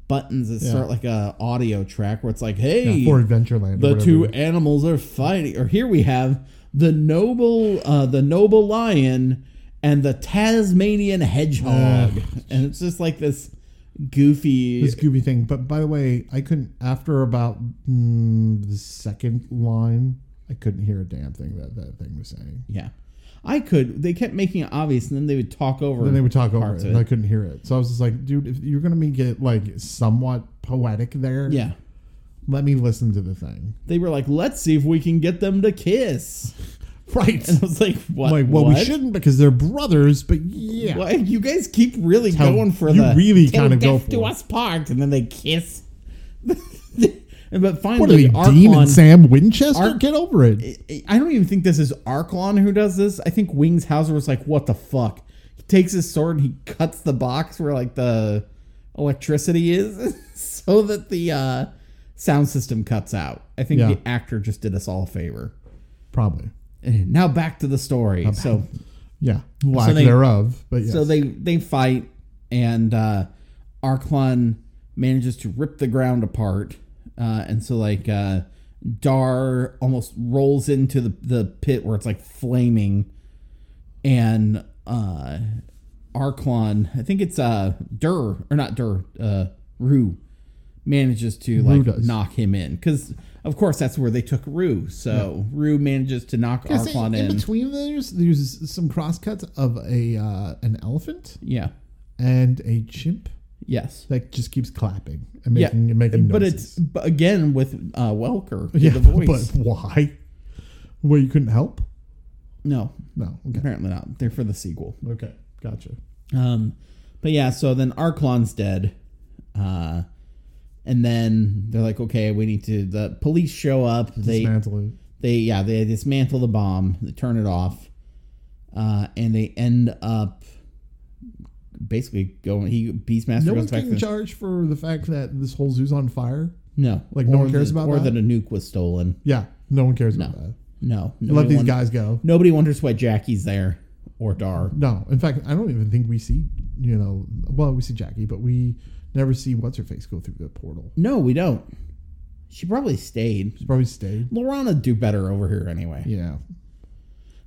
Speaker 2: buttons that start like a audio track where it's like, hey,
Speaker 1: For Adventureland, or
Speaker 2: the
Speaker 1: whatever.
Speaker 2: two animals are fighting. Or here we have the noble uh the noble lion and the Tasmanian hedgehog. and it's just like this goofy
Speaker 1: this Goofy thing. But by the way, I couldn't after about mm, the second line, I couldn't hear a damn thing that that thing was saying.
Speaker 2: Yeah. I could. They kept making it obvious, and then they would talk over.
Speaker 1: Then they would talk over
Speaker 2: parts
Speaker 1: it,
Speaker 2: of
Speaker 1: and I couldn't hear it. So I was just like, dude, if you're gonna make it like somewhat poetic there,
Speaker 2: Yeah.
Speaker 1: let me listen to the thing.
Speaker 2: They were like, let's see if we can get them to kiss.
Speaker 1: Right.
Speaker 2: And I was like, what?
Speaker 1: like, well,
Speaker 2: what?
Speaker 1: we shouldn't because they're brothers, but yeah.
Speaker 2: Why- you guys keep really
Speaker 1: Tell-
Speaker 2: going for
Speaker 1: you
Speaker 2: the.
Speaker 1: really
Speaker 2: till
Speaker 1: kinda go
Speaker 2: death to
Speaker 1: for it.
Speaker 2: us part, and then they kiss. And but
Speaker 1: What are they,
Speaker 2: finally,
Speaker 1: Dean and
Speaker 2: Arklon.
Speaker 1: Sam Winchester?
Speaker 2: Ar-
Speaker 1: Get over it.
Speaker 2: I don't even think this is Arklon who does this. I think Wings Hauser was like, what the fuck? He takes his sword and he cuts the box where like the electricity is so that the uh, sound system cuts out. I think
Speaker 1: Yeah.
Speaker 2: the actor just did us all a favor.
Speaker 1: Probably.
Speaker 2: Now back to the story. So
Speaker 1: Yeah. Lack
Speaker 2: they-
Speaker 1: thereof. But yes.
Speaker 2: so they they fight and uh Arklon manages to rip the ground apart, uh, and so like uh, Dar almost rolls into the the pit where it's like flaming, and uh, Arklon, I think it's uh Dur or not Dur, uh, Rue manages to like
Speaker 1: does.
Speaker 2: knock him in because of course that's where they took Rue. So Rue manages to knock
Speaker 1: I say,
Speaker 2: Arklon
Speaker 1: in
Speaker 2: in.
Speaker 1: between there's there's some crosscuts of a uh, an elephant
Speaker 2: Yeah.
Speaker 1: and a chimp
Speaker 2: Yes.
Speaker 1: that just keeps clapping and
Speaker 2: Yeah,
Speaker 1: making and making
Speaker 2: but
Speaker 1: noises.
Speaker 2: it's but again with uh, Welker, with
Speaker 1: yeah,
Speaker 2: the voice.
Speaker 1: but why? Well, you couldn't help.
Speaker 2: no,
Speaker 1: No. Okay.
Speaker 2: apparently not. They're for the sequel.
Speaker 1: Okay. Gotcha.
Speaker 2: Um, but yeah, so then Arklon's dead, uh, and then they're like, okay, we need to. The police show up. They
Speaker 1: Dismantle it.
Speaker 2: they yeah they dismantle the bomb they turn it off uh, and they end up basically going he beastmaster
Speaker 1: No
Speaker 2: goes
Speaker 1: one's
Speaker 2: back
Speaker 1: getting
Speaker 2: to
Speaker 1: charged for the fact that this whole zoo's on fire.
Speaker 2: no
Speaker 1: like, no
Speaker 2: Or
Speaker 1: one cares
Speaker 2: that-
Speaker 1: about
Speaker 2: or
Speaker 1: that?
Speaker 2: that a nuke was stolen
Speaker 1: Yeah. No one cares about
Speaker 2: No.
Speaker 1: that.
Speaker 2: no
Speaker 1: Let
Speaker 2: nobody,
Speaker 1: these
Speaker 2: won-
Speaker 1: guys go.
Speaker 2: nobody wonders why jackie's there or dar
Speaker 1: No. In fact, I don't even think we see, you know, well, we see Jackie, but we never see what's her face go through the portal.
Speaker 2: no we don't she probably stayed
Speaker 1: She probably stayed.
Speaker 2: lorana do better over here anyway
Speaker 1: Yeah.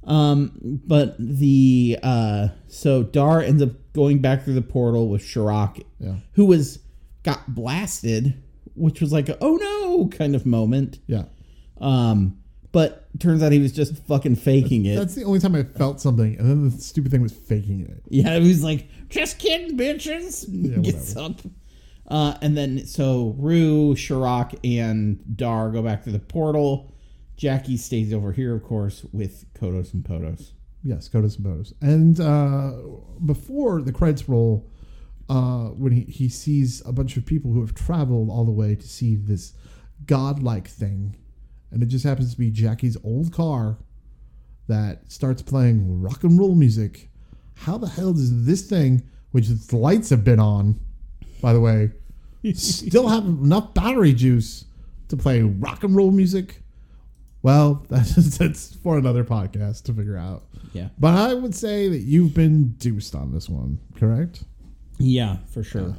Speaker 2: Um, but the uh, so Dar ends up going back through the portal with Shirak,
Speaker 1: Yeah.
Speaker 2: who was got blasted, which was like a oh no kind of moment.
Speaker 1: Yeah.
Speaker 2: Um, but turns out he was just fucking faking it.
Speaker 1: That's the only time I felt something, and then the stupid thing was faking it.
Speaker 2: Yeah, he was like, just kidding, bitches. Gets up. Uh, and then so Rue, Shirak, and Dar go back through the portal. Jackie stays over here, of course, with Kodos and Podos.
Speaker 1: Yes, Codas and Bodos. And uh, before the credits roll, uh, when he, he sees a bunch of people who have traveled all the way to see this godlike thing, and it just happens to be Jackie's old car that starts playing rock and roll music. How the hell does this thing, which the lights have been on, by the way, still have enough battery juice to play rock and roll music? Well, that's, that's for another podcast to figure out.
Speaker 2: Yeah.
Speaker 1: But I would say that you've been deuced on this one, correct?
Speaker 2: Yeah, for sure.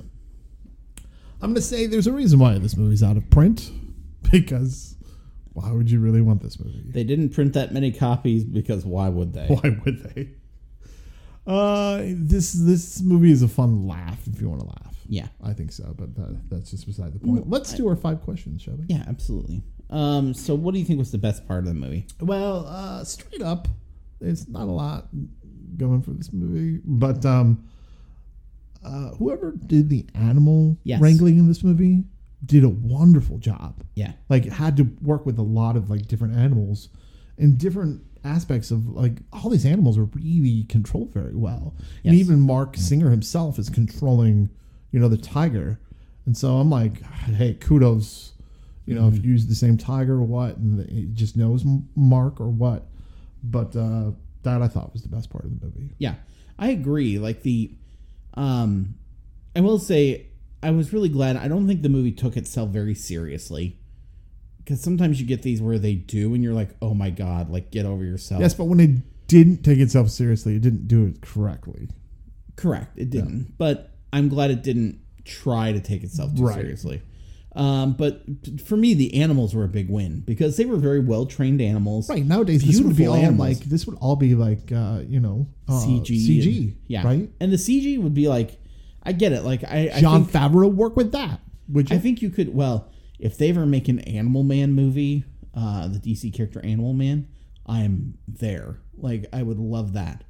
Speaker 1: I'm going to say there's a reason why this movie's out of print because why would you really want this movie?
Speaker 2: They didn't print that many copies because why would they?
Speaker 1: Why would they? Uh, this this movie is a fun laugh if you want to laugh.
Speaker 2: Yeah.
Speaker 1: I think so, but that, that's just beside the point. Let's do our five questions, shall we?
Speaker 2: Yeah, absolutely. Um, so what do you think was the best part of the movie?
Speaker 1: Well, uh, straight up, there's not a lot going for this movie, but um, uh, whoever did the animal
Speaker 2: Yes.
Speaker 1: wrangling in this movie did a wonderful job.
Speaker 2: Yeah.
Speaker 1: Like, had to work with a lot of like different animals and different aspects of like all these animals are really controlled very well. And
Speaker 2: Yes.
Speaker 1: even Mark Singer himself is controlling, you know, the tiger. And so I'm like, hey, kudos you know, if you use the same tiger or what, and it just knows M- Mark or what. But uh, that I thought was the best part of the movie.
Speaker 2: Yeah. I agree. Like the um I will say I was really glad I don't think the movie took itself very seriously. Cause sometimes you get these where they do and you're like, oh my god, like get over yourself.
Speaker 1: Yes, but when it didn't take itself seriously, it didn't do it correctly.
Speaker 2: Correct. It didn't. But I'm glad it didn't try to take itself too
Speaker 1: Right.
Speaker 2: seriously. Um, but t- for me, the animals were a big win because they were very well trained animals.
Speaker 1: Right nowadays, this would be
Speaker 2: Beautiful
Speaker 1: all like
Speaker 2: animals.
Speaker 1: this would all be like uh, you know uh,
Speaker 2: CG.
Speaker 1: CG,
Speaker 2: and- yeah.
Speaker 1: right.
Speaker 2: And the CG would be like, I get it. Like I, I
Speaker 1: John
Speaker 2: think,
Speaker 1: Favreau work with that. Would you?
Speaker 2: I think you could. Well, if they ever make an Animal Man movie, uh, the DC character Animal Man, I'm there. Like I would love that.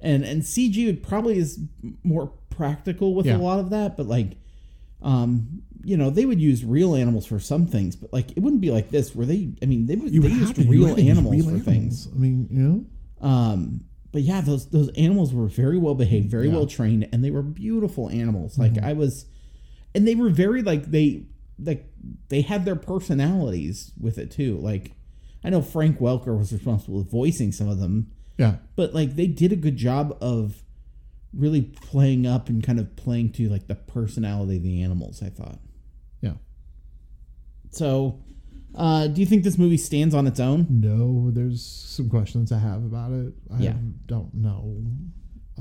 Speaker 2: And and CG would probably is more practical with
Speaker 1: Yeah.
Speaker 2: a lot of that, but like, um, you know, they would use real animals for some things, but like it wouldn't be like this where they. I mean, they would they
Speaker 1: would have
Speaker 2: used
Speaker 1: to, you
Speaker 2: real
Speaker 1: had to use
Speaker 2: animals
Speaker 1: real
Speaker 2: for things.
Speaker 1: I mean, you know,
Speaker 2: Um, but yeah, those those animals were very well behaved, very well trained, and they were beautiful animals. Like I was, and they were very like they like they had their personalities with it too. Like I know Frank Welker was responsible with voicing some of them,
Speaker 1: yeah,
Speaker 2: but like they did a good job of really playing up and kind of playing to like the personality of the animals. I thought
Speaker 1: yeah.
Speaker 2: so. Uh, do you think this movie stands on its own?
Speaker 1: No, there's some questions I have about it. I
Speaker 2: Yeah.
Speaker 1: don't know.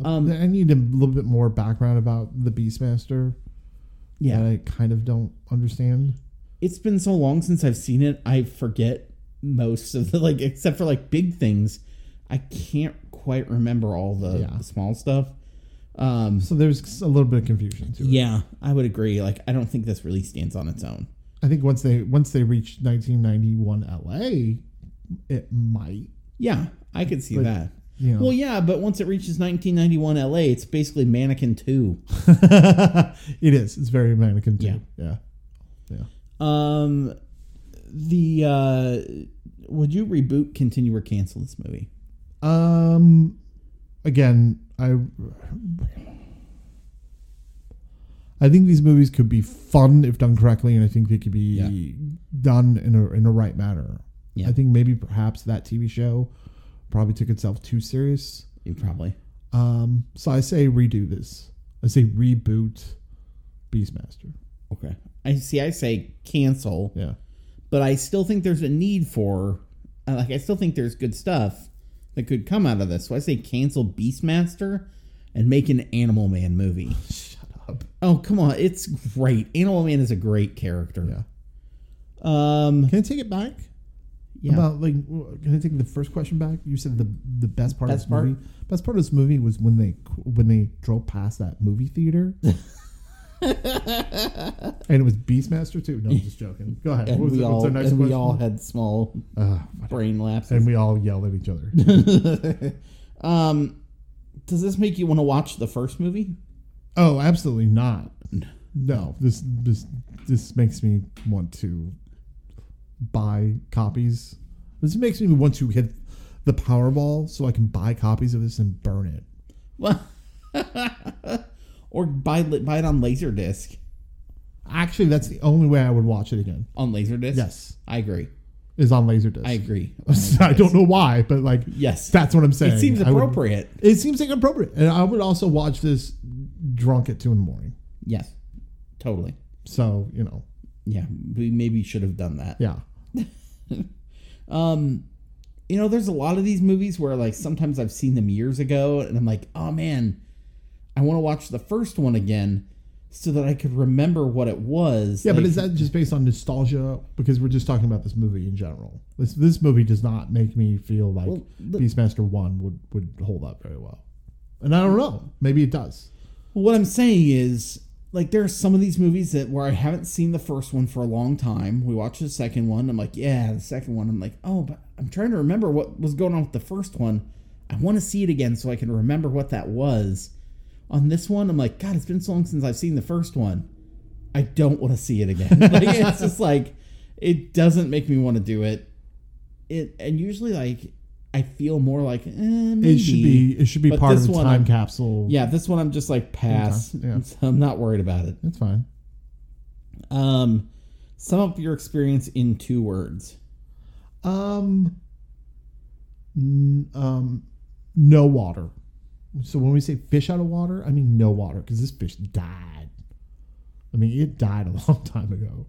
Speaker 1: Uh,
Speaker 2: Um,
Speaker 1: I need a little bit more background about the Beastmaster.
Speaker 2: Yeah.
Speaker 1: that I kind of don't understand.
Speaker 2: it's been so long since I've seen it, I forget most of the like except for like big things. I can't quite remember all the,
Speaker 1: Yeah.
Speaker 2: the small stuff. Um
Speaker 1: So there's a little bit of confusion to it.
Speaker 2: yeah, I would agree. Like I don't think this really stands on its own.
Speaker 1: I think once they once they reach 1991 LA, it might.
Speaker 2: Yeah, I could see that.
Speaker 1: You know,
Speaker 2: Well, yeah, but once it reaches 1991 LA, it's basically Mannequin 2.
Speaker 1: it is. It's very mannequin too. Yeah. yeah,
Speaker 2: Um the uh would you reboot, continue or cancel this movie?
Speaker 1: Um, again, I I think these movies could be fun if done correctly, and I think they could be done in a in a right manner.
Speaker 2: Yeah.
Speaker 1: I think maybe perhaps that TV show probably took itself too serious.
Speaker 2: You probably.
Speaker 1: Um, so I say redo this. I say reboot Beastmaster.
Speaker 2: Okay. I see I say cancel.
Speaker 1: Yeah.
Speaker 2: but I still think there's a need for uh, like I still think there's good stuff that could come out of this. So I say cancel Beastmaster and make an Animal Man movie.
Speaker 1: Shut up.
Speaker 2: Oh come on, it's great. Animal Man is a great
Speaker 1: Yeah.
Speaker 2: character. Um,
Speaker 1: Can I take it back?
Speaker 2: Yeah.
Speaker 1: About like, w- can I take the first question back? You said the the best part
Speaker 2: Best
Speaker 1: of this movie. Best part of this movie was when they when they drove past that movie theater. and it was Beastmaster too. No, I'm just joking. Go ahead.
Speaker 2: and
Speaker 1: What was
Speaker 2: we
Speaker 1: it?
Speaker 2: all
Speaker 1: What's our next
Speaker 2: and we
Speaker 1: question?
Speaker 2: all had small
Speaker 1: Ah,
Speaker 2: brain lapses.
Speaker 1: and we all yelled at each other.
Speaker 2: um, does this make you want to watch the first movie?
Speaker 1: oh, absolutely not. No, this this this makes me want to buy copies. This makes me want to hit the Powerball so I can buy copies of this and burn it.
Speaker 2: Well, or buy buy it on Laserdisc.
Speaker 1: Actually, that's the only way I would watch it again.
Speaker 2: On Laserdisc.
Speaker 1: Yes,
Speaker 2: I agree.
Speaker 1: is on Laserdisc.
Speaker 2: I agree.
Speaker 1: I don't know why, but like,
Speaker 2: Yes.
Speaker 1: that's what I'm saying.
Speaker 2: It seems
Speaker 1: I would-
Speaker 2: appropriate.
Speaker 1: it seems like appropriate, and I would also watch this drunk at two in the morning.
Speaker 2: Yes, totally.
Speaker 1: So you know,
Speaker 2: Yeah, we maybe should have done that.
Speaker 1: yeah,
Speaker 2: Um, you know, there's a lot of these movies where like sometimes I've seen them years ago, and I'm like, oh man, I want to watch the first one again so that I could remember what it was.
Speaker 1: yeah. but
Speaker 2: Like,
Speaker 1: is that just based on nostalgia? Because we're just talking about this movie in general. This this movie does not make me feel like
Speaker 2: Well, the-
Speaker 1: Beastmaster One would would hold up very well. And I don't know. Maybe it does.
Speaker 2: what I'm saying is like there are some of these movies that where I haven't seen the first one for a long time. We watch the second one. I'm like, yeah, the second one. I'm like, oh, but I'm trying to remember what was going on with the first one. I want to see it again so I can remember what that was. On this one, I'm like, God, it's been so long since I've seen the first one. I don't want to see it again. like, it's just like it doesn't make me want to do it. It and usually like I feel more like eh, maybe
Speaker 1: It should be it should be
Speaker 2: But
Speaker 1: part
Speaker 2: this
Speaker 1: of a
Speaker 2: one,
Speaker 1: time
Speaker 2: I'm-
Speaker 1: capsule.
Speaker 2: yeah, this one I'm just like pass.
Speaker 1: Okay, yeah.
Speaker 2: I'm not worried about it.
Speaker 1: that's fine.
Speaker 2: Um, sum up your experience in two words.
Speaker 1: Um, n- um, no water. So when we say fish out of water, I mean no water because this fish died. I mean it died a long time ago.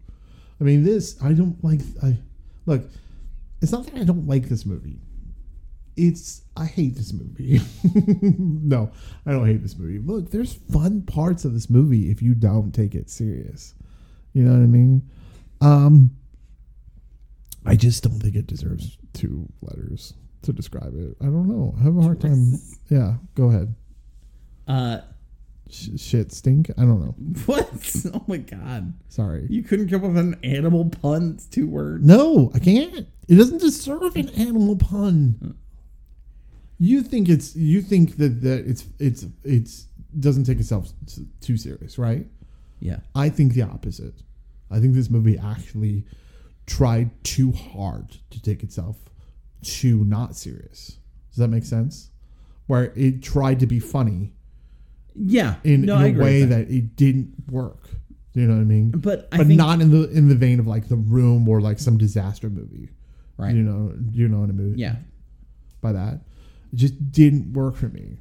Speaker 1: I mean this. I don't like. I look. It's not that I don't like this movie. It's I hate this movie. no, I don't hate this movie. Look, there's fun parts of this movie if you don't take it serious. You know what I mean? Um. I just don't think it deserves two letters to describe it. I don't know. I have a hard time. Yeah, go ahead.
Speaker 2: Uh,
Speaker 1: Sh- shit, stink. I don't know.
Speaker 2: what? Oh my god!
Speaker 1: Sorry.
Speaker 2: You couldn't come up with an animal pun. It's two words.
Speaker 1: No, I can't. It doesn't deserve an animal pun. You think it's you think that that it's it's it's doesn't take itself s- too serious, right?
Speaker 2: Yeah.
Speaker 1: I think the opposite. I think this movie actually tried too hard to take itself too not serious. Does that make sense? Where it tried to be funny
Speaker 2: Yeah.
Speaker 1: in,
Speaker 2: no,
Speaker 1: in
Speaker 2: I
Speaker 1: a
Speaker 2: agree
Speaker 1: way
Speaker 2: with that.
Speaker 1: that. it didn't work. You know what I mean?
Speaker 2: But I
Speaker 1: but
Speaker 2: think
Speaker 1: not in the in the vein of like the room or like some disaster movie.
Speaker 2: Right.
Speaker 1: You know, you know what I mean
Speaker 2: yeah.
Speaker 1: by that. It just didn't work for me.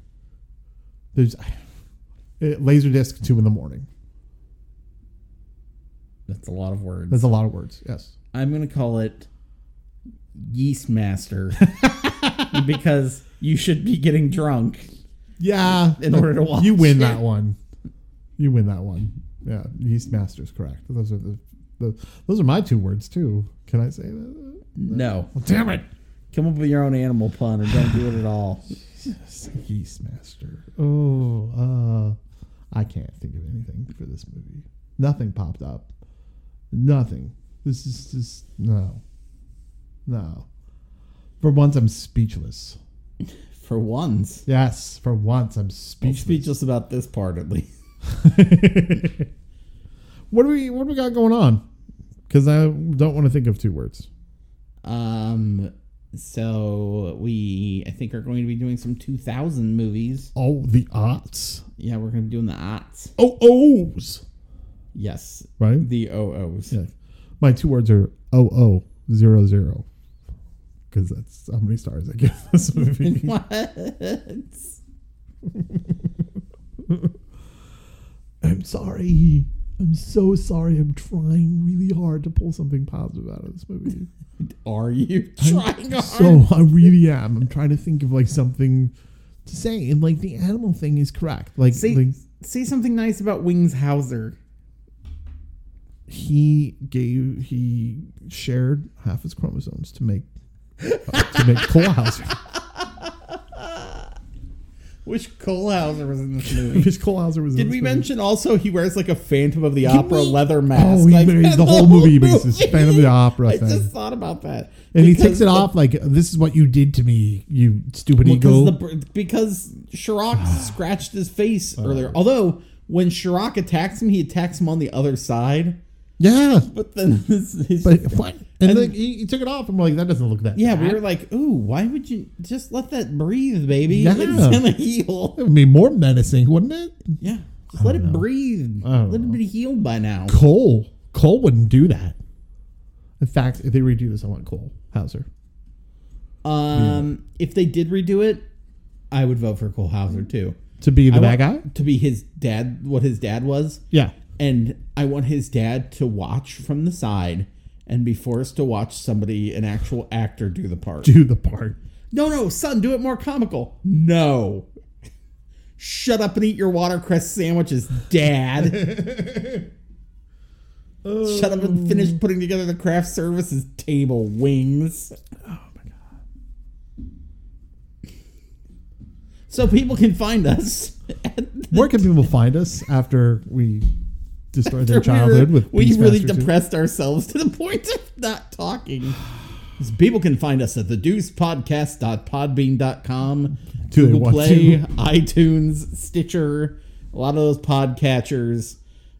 Speaker 1: There's it, Laserdisc two in the morning.
Speaker 2: That's a lot of words.
Speaker 1: That's a lot of words. Yes.
Speaker 2: I'm gonna call it Yeast Master because you should be getting drunk
Speaker 1: Yeah.
Speaker 2: in order to watch.
Speaker 1: You win
Speaker 2: it.
Speaker 1: that one. You win that one. Yeah, Yeastmaster's correct. Those are the, the those are my two words too. Can I say that?
Speaker 2: No.
Speaker 1: Damn it,
Speaker 2: Come up with your own animal pun or don't do it at all.
Speaker 1: Yeastmaster. Oh, uh, I can't think of anything for this movie. Nothing popped up. Nothing. This is just no, no. For once, I'm speechless.
Speaker 2: For once.
Speaker 1: Yes, for once, I'm
Speaker 2: I'm
Speaker 1: speechless.
Speaker 2: speechless about this part at least.
Speaker 1: what do we what do we got going on? Because I don't want to think of two words.
Speaker 2: Um so we I think are going to be doing some 2000 movies.
Speaker 1: Oh, the odds.
Speaker 2: Yeah, we're going to be doing the aughts.
Speaker 1: Oh, ohs.
Speaker 2: Yes,
Speaker 1: Right.
Speaker 2: the OOs.
Speaker 1: Yeah. My two words are oh oh zero zero. Because that's how many stars I give this movie.
Speaker 2: What?
Speaker 1: I'm sorry. I'm so sorry. I'm trying really hard to pull something positive out of this movie.
Speaker 2: Are you trying hard?
Speaker 1: So I really am. I'm trying to think of like something to say, and like the animal thing is correct. Like,
Speaker 2: say
Speaker 1: like
Speaker 2: say something nice about Wings Hauser.
Speaker 1: he gave he shared half his chromosomes to make uh, to make Cole Hauser.
Speaker 2: Which Cole Hauser was in this movie?
Speaker 1: Because Cole Hauser was. in
Speaker 2: Did
Speaker 1: this
Speaker 2: we
Speaker 1: movie.
Speaker 2: mention also he wears like a Phantom of the Opera leather mask?
Speaker 1: Oh, he
Speaker 2: like,
Speaker 1: made
Speaker 2: in
Speaker 1: the whole movie because it's Phantom of the Opera
Speaker 2: I
Speaker 1: thing.
Speaker 2: just thought about that.
Speaker 1: And he
Speaker 2: Because
Speaker 1: takes it
Speaker 2: the-
Speaker 1: off like this is what you did to me, you stupid
Speaker 2: Because,
Speaker 1: eagle.
Speaker 2: the, br- because Shirok scratched his face earlier. Although, when Shirok attacks him, he attacks him on the other side.
Speaker 1: yeah,
Speaker 2: But then his, his
Speaker 1: but what? And,
Speaker 2: And-
Speaker 1: then he, he took it off. I'm like, that doesn't look that.
Speaker 2: Yeah, we
Speaker 1: bad.
Speaker 2: were like, ooh, why would you just let that breathe, baby?
Speaker 1: Yeah.
Speaker 2: It's gonna heal.
Speaker 1: It would be more menacing, wouldn't it?
Speaker 2: Yeah. Just let it breathe.
Speaker 1: I don't
Speaker 2: Let it be healed by now.
Speaker 1: Cole, Cole wouldn't do that. In fact, if they redo this, I want Cole Hauser.
Speaker 2: Um if they did redo it, I would vote for Cole Hauser too.
Speaker 1: to be the
Speaker 2: I
Speaker 1: bad
Speaker 2: want
Speaker 1: guy.
Speaker 2: To be his dad what his dad was.
Speaker 1: Yeah,
Speaker 2: And I want his dad to watch from the side and be forced to watch somebody, an actual actor, do the part.
Speaker 1: do the part.
Speaker 2: No, no, son, do it more comical. No. Shut up and eat your watercress sandwiches, Dad. Shut up and finish putting together the craft services table, wings. Oh my god. So people can find us. at-
Speaker 1: Where can people find us after we destroyed their
Speaker 2: we
Speaker 1: childhood
Speaker 2: were-
Speaker 1: with
Speaker 2: we really
Speaker 1: Beastmaster 2?
Speaker 2: depressed ourselves to the point of not talking. So People can find us at thedeucepodcast.podbean.com,
Speaker 1: Do they
Speaker 2: Google
Speaker 1: want
Speaker 2: Play,
Speaker 1: to?
Speaker 2: iTunes, Stitcher, a lot of those podcatchers.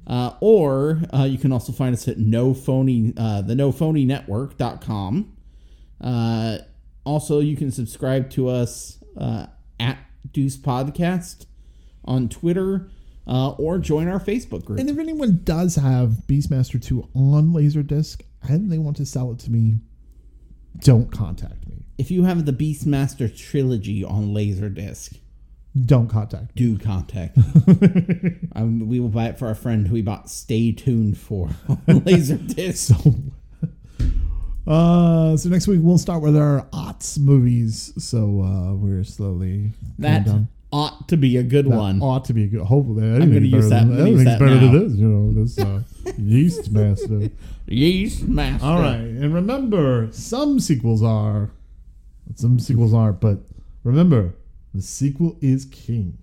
Speaker 2: Uh, or uh, you can also find us at no phony, uh, the nophonynetwork.com. Uh, also, you can subscribe to us uh, at Deuce Podcast on Twitter uh, or join our Facebook group.
Speaker 1: And if anyone does have Beastmaster 2 on Laserdisc and they want to sell it to me, don't contact me.
Speaker 2: if you have the Beastmaster trilogy on Laserdisc,
Speaker 1: Don't contact me.
Speaker 2: do contact me. um, we will buy it for our friend who we bought Stay Tuned for on Laserdisc.
Speaker 1: Uh, so next week we'll start with our aughts movies. So uh, we're slowly going
Speaker 2: that
Speaker 1: down.
Speaker 2: ought to be a good one.
Speaker 1: ought to be good. Hopefully, I'm
Speaker 2: gonna use that- I'm gonna use that
Speaker 1: better
Speaker 2: now.
Speaker 1: than this. You know, this uh, yeast master.
Speaker 2: Yeastmaster.
Speaker 1: All right, and remember, some sequels are, some sequels aren't, but remember, the sequel is king.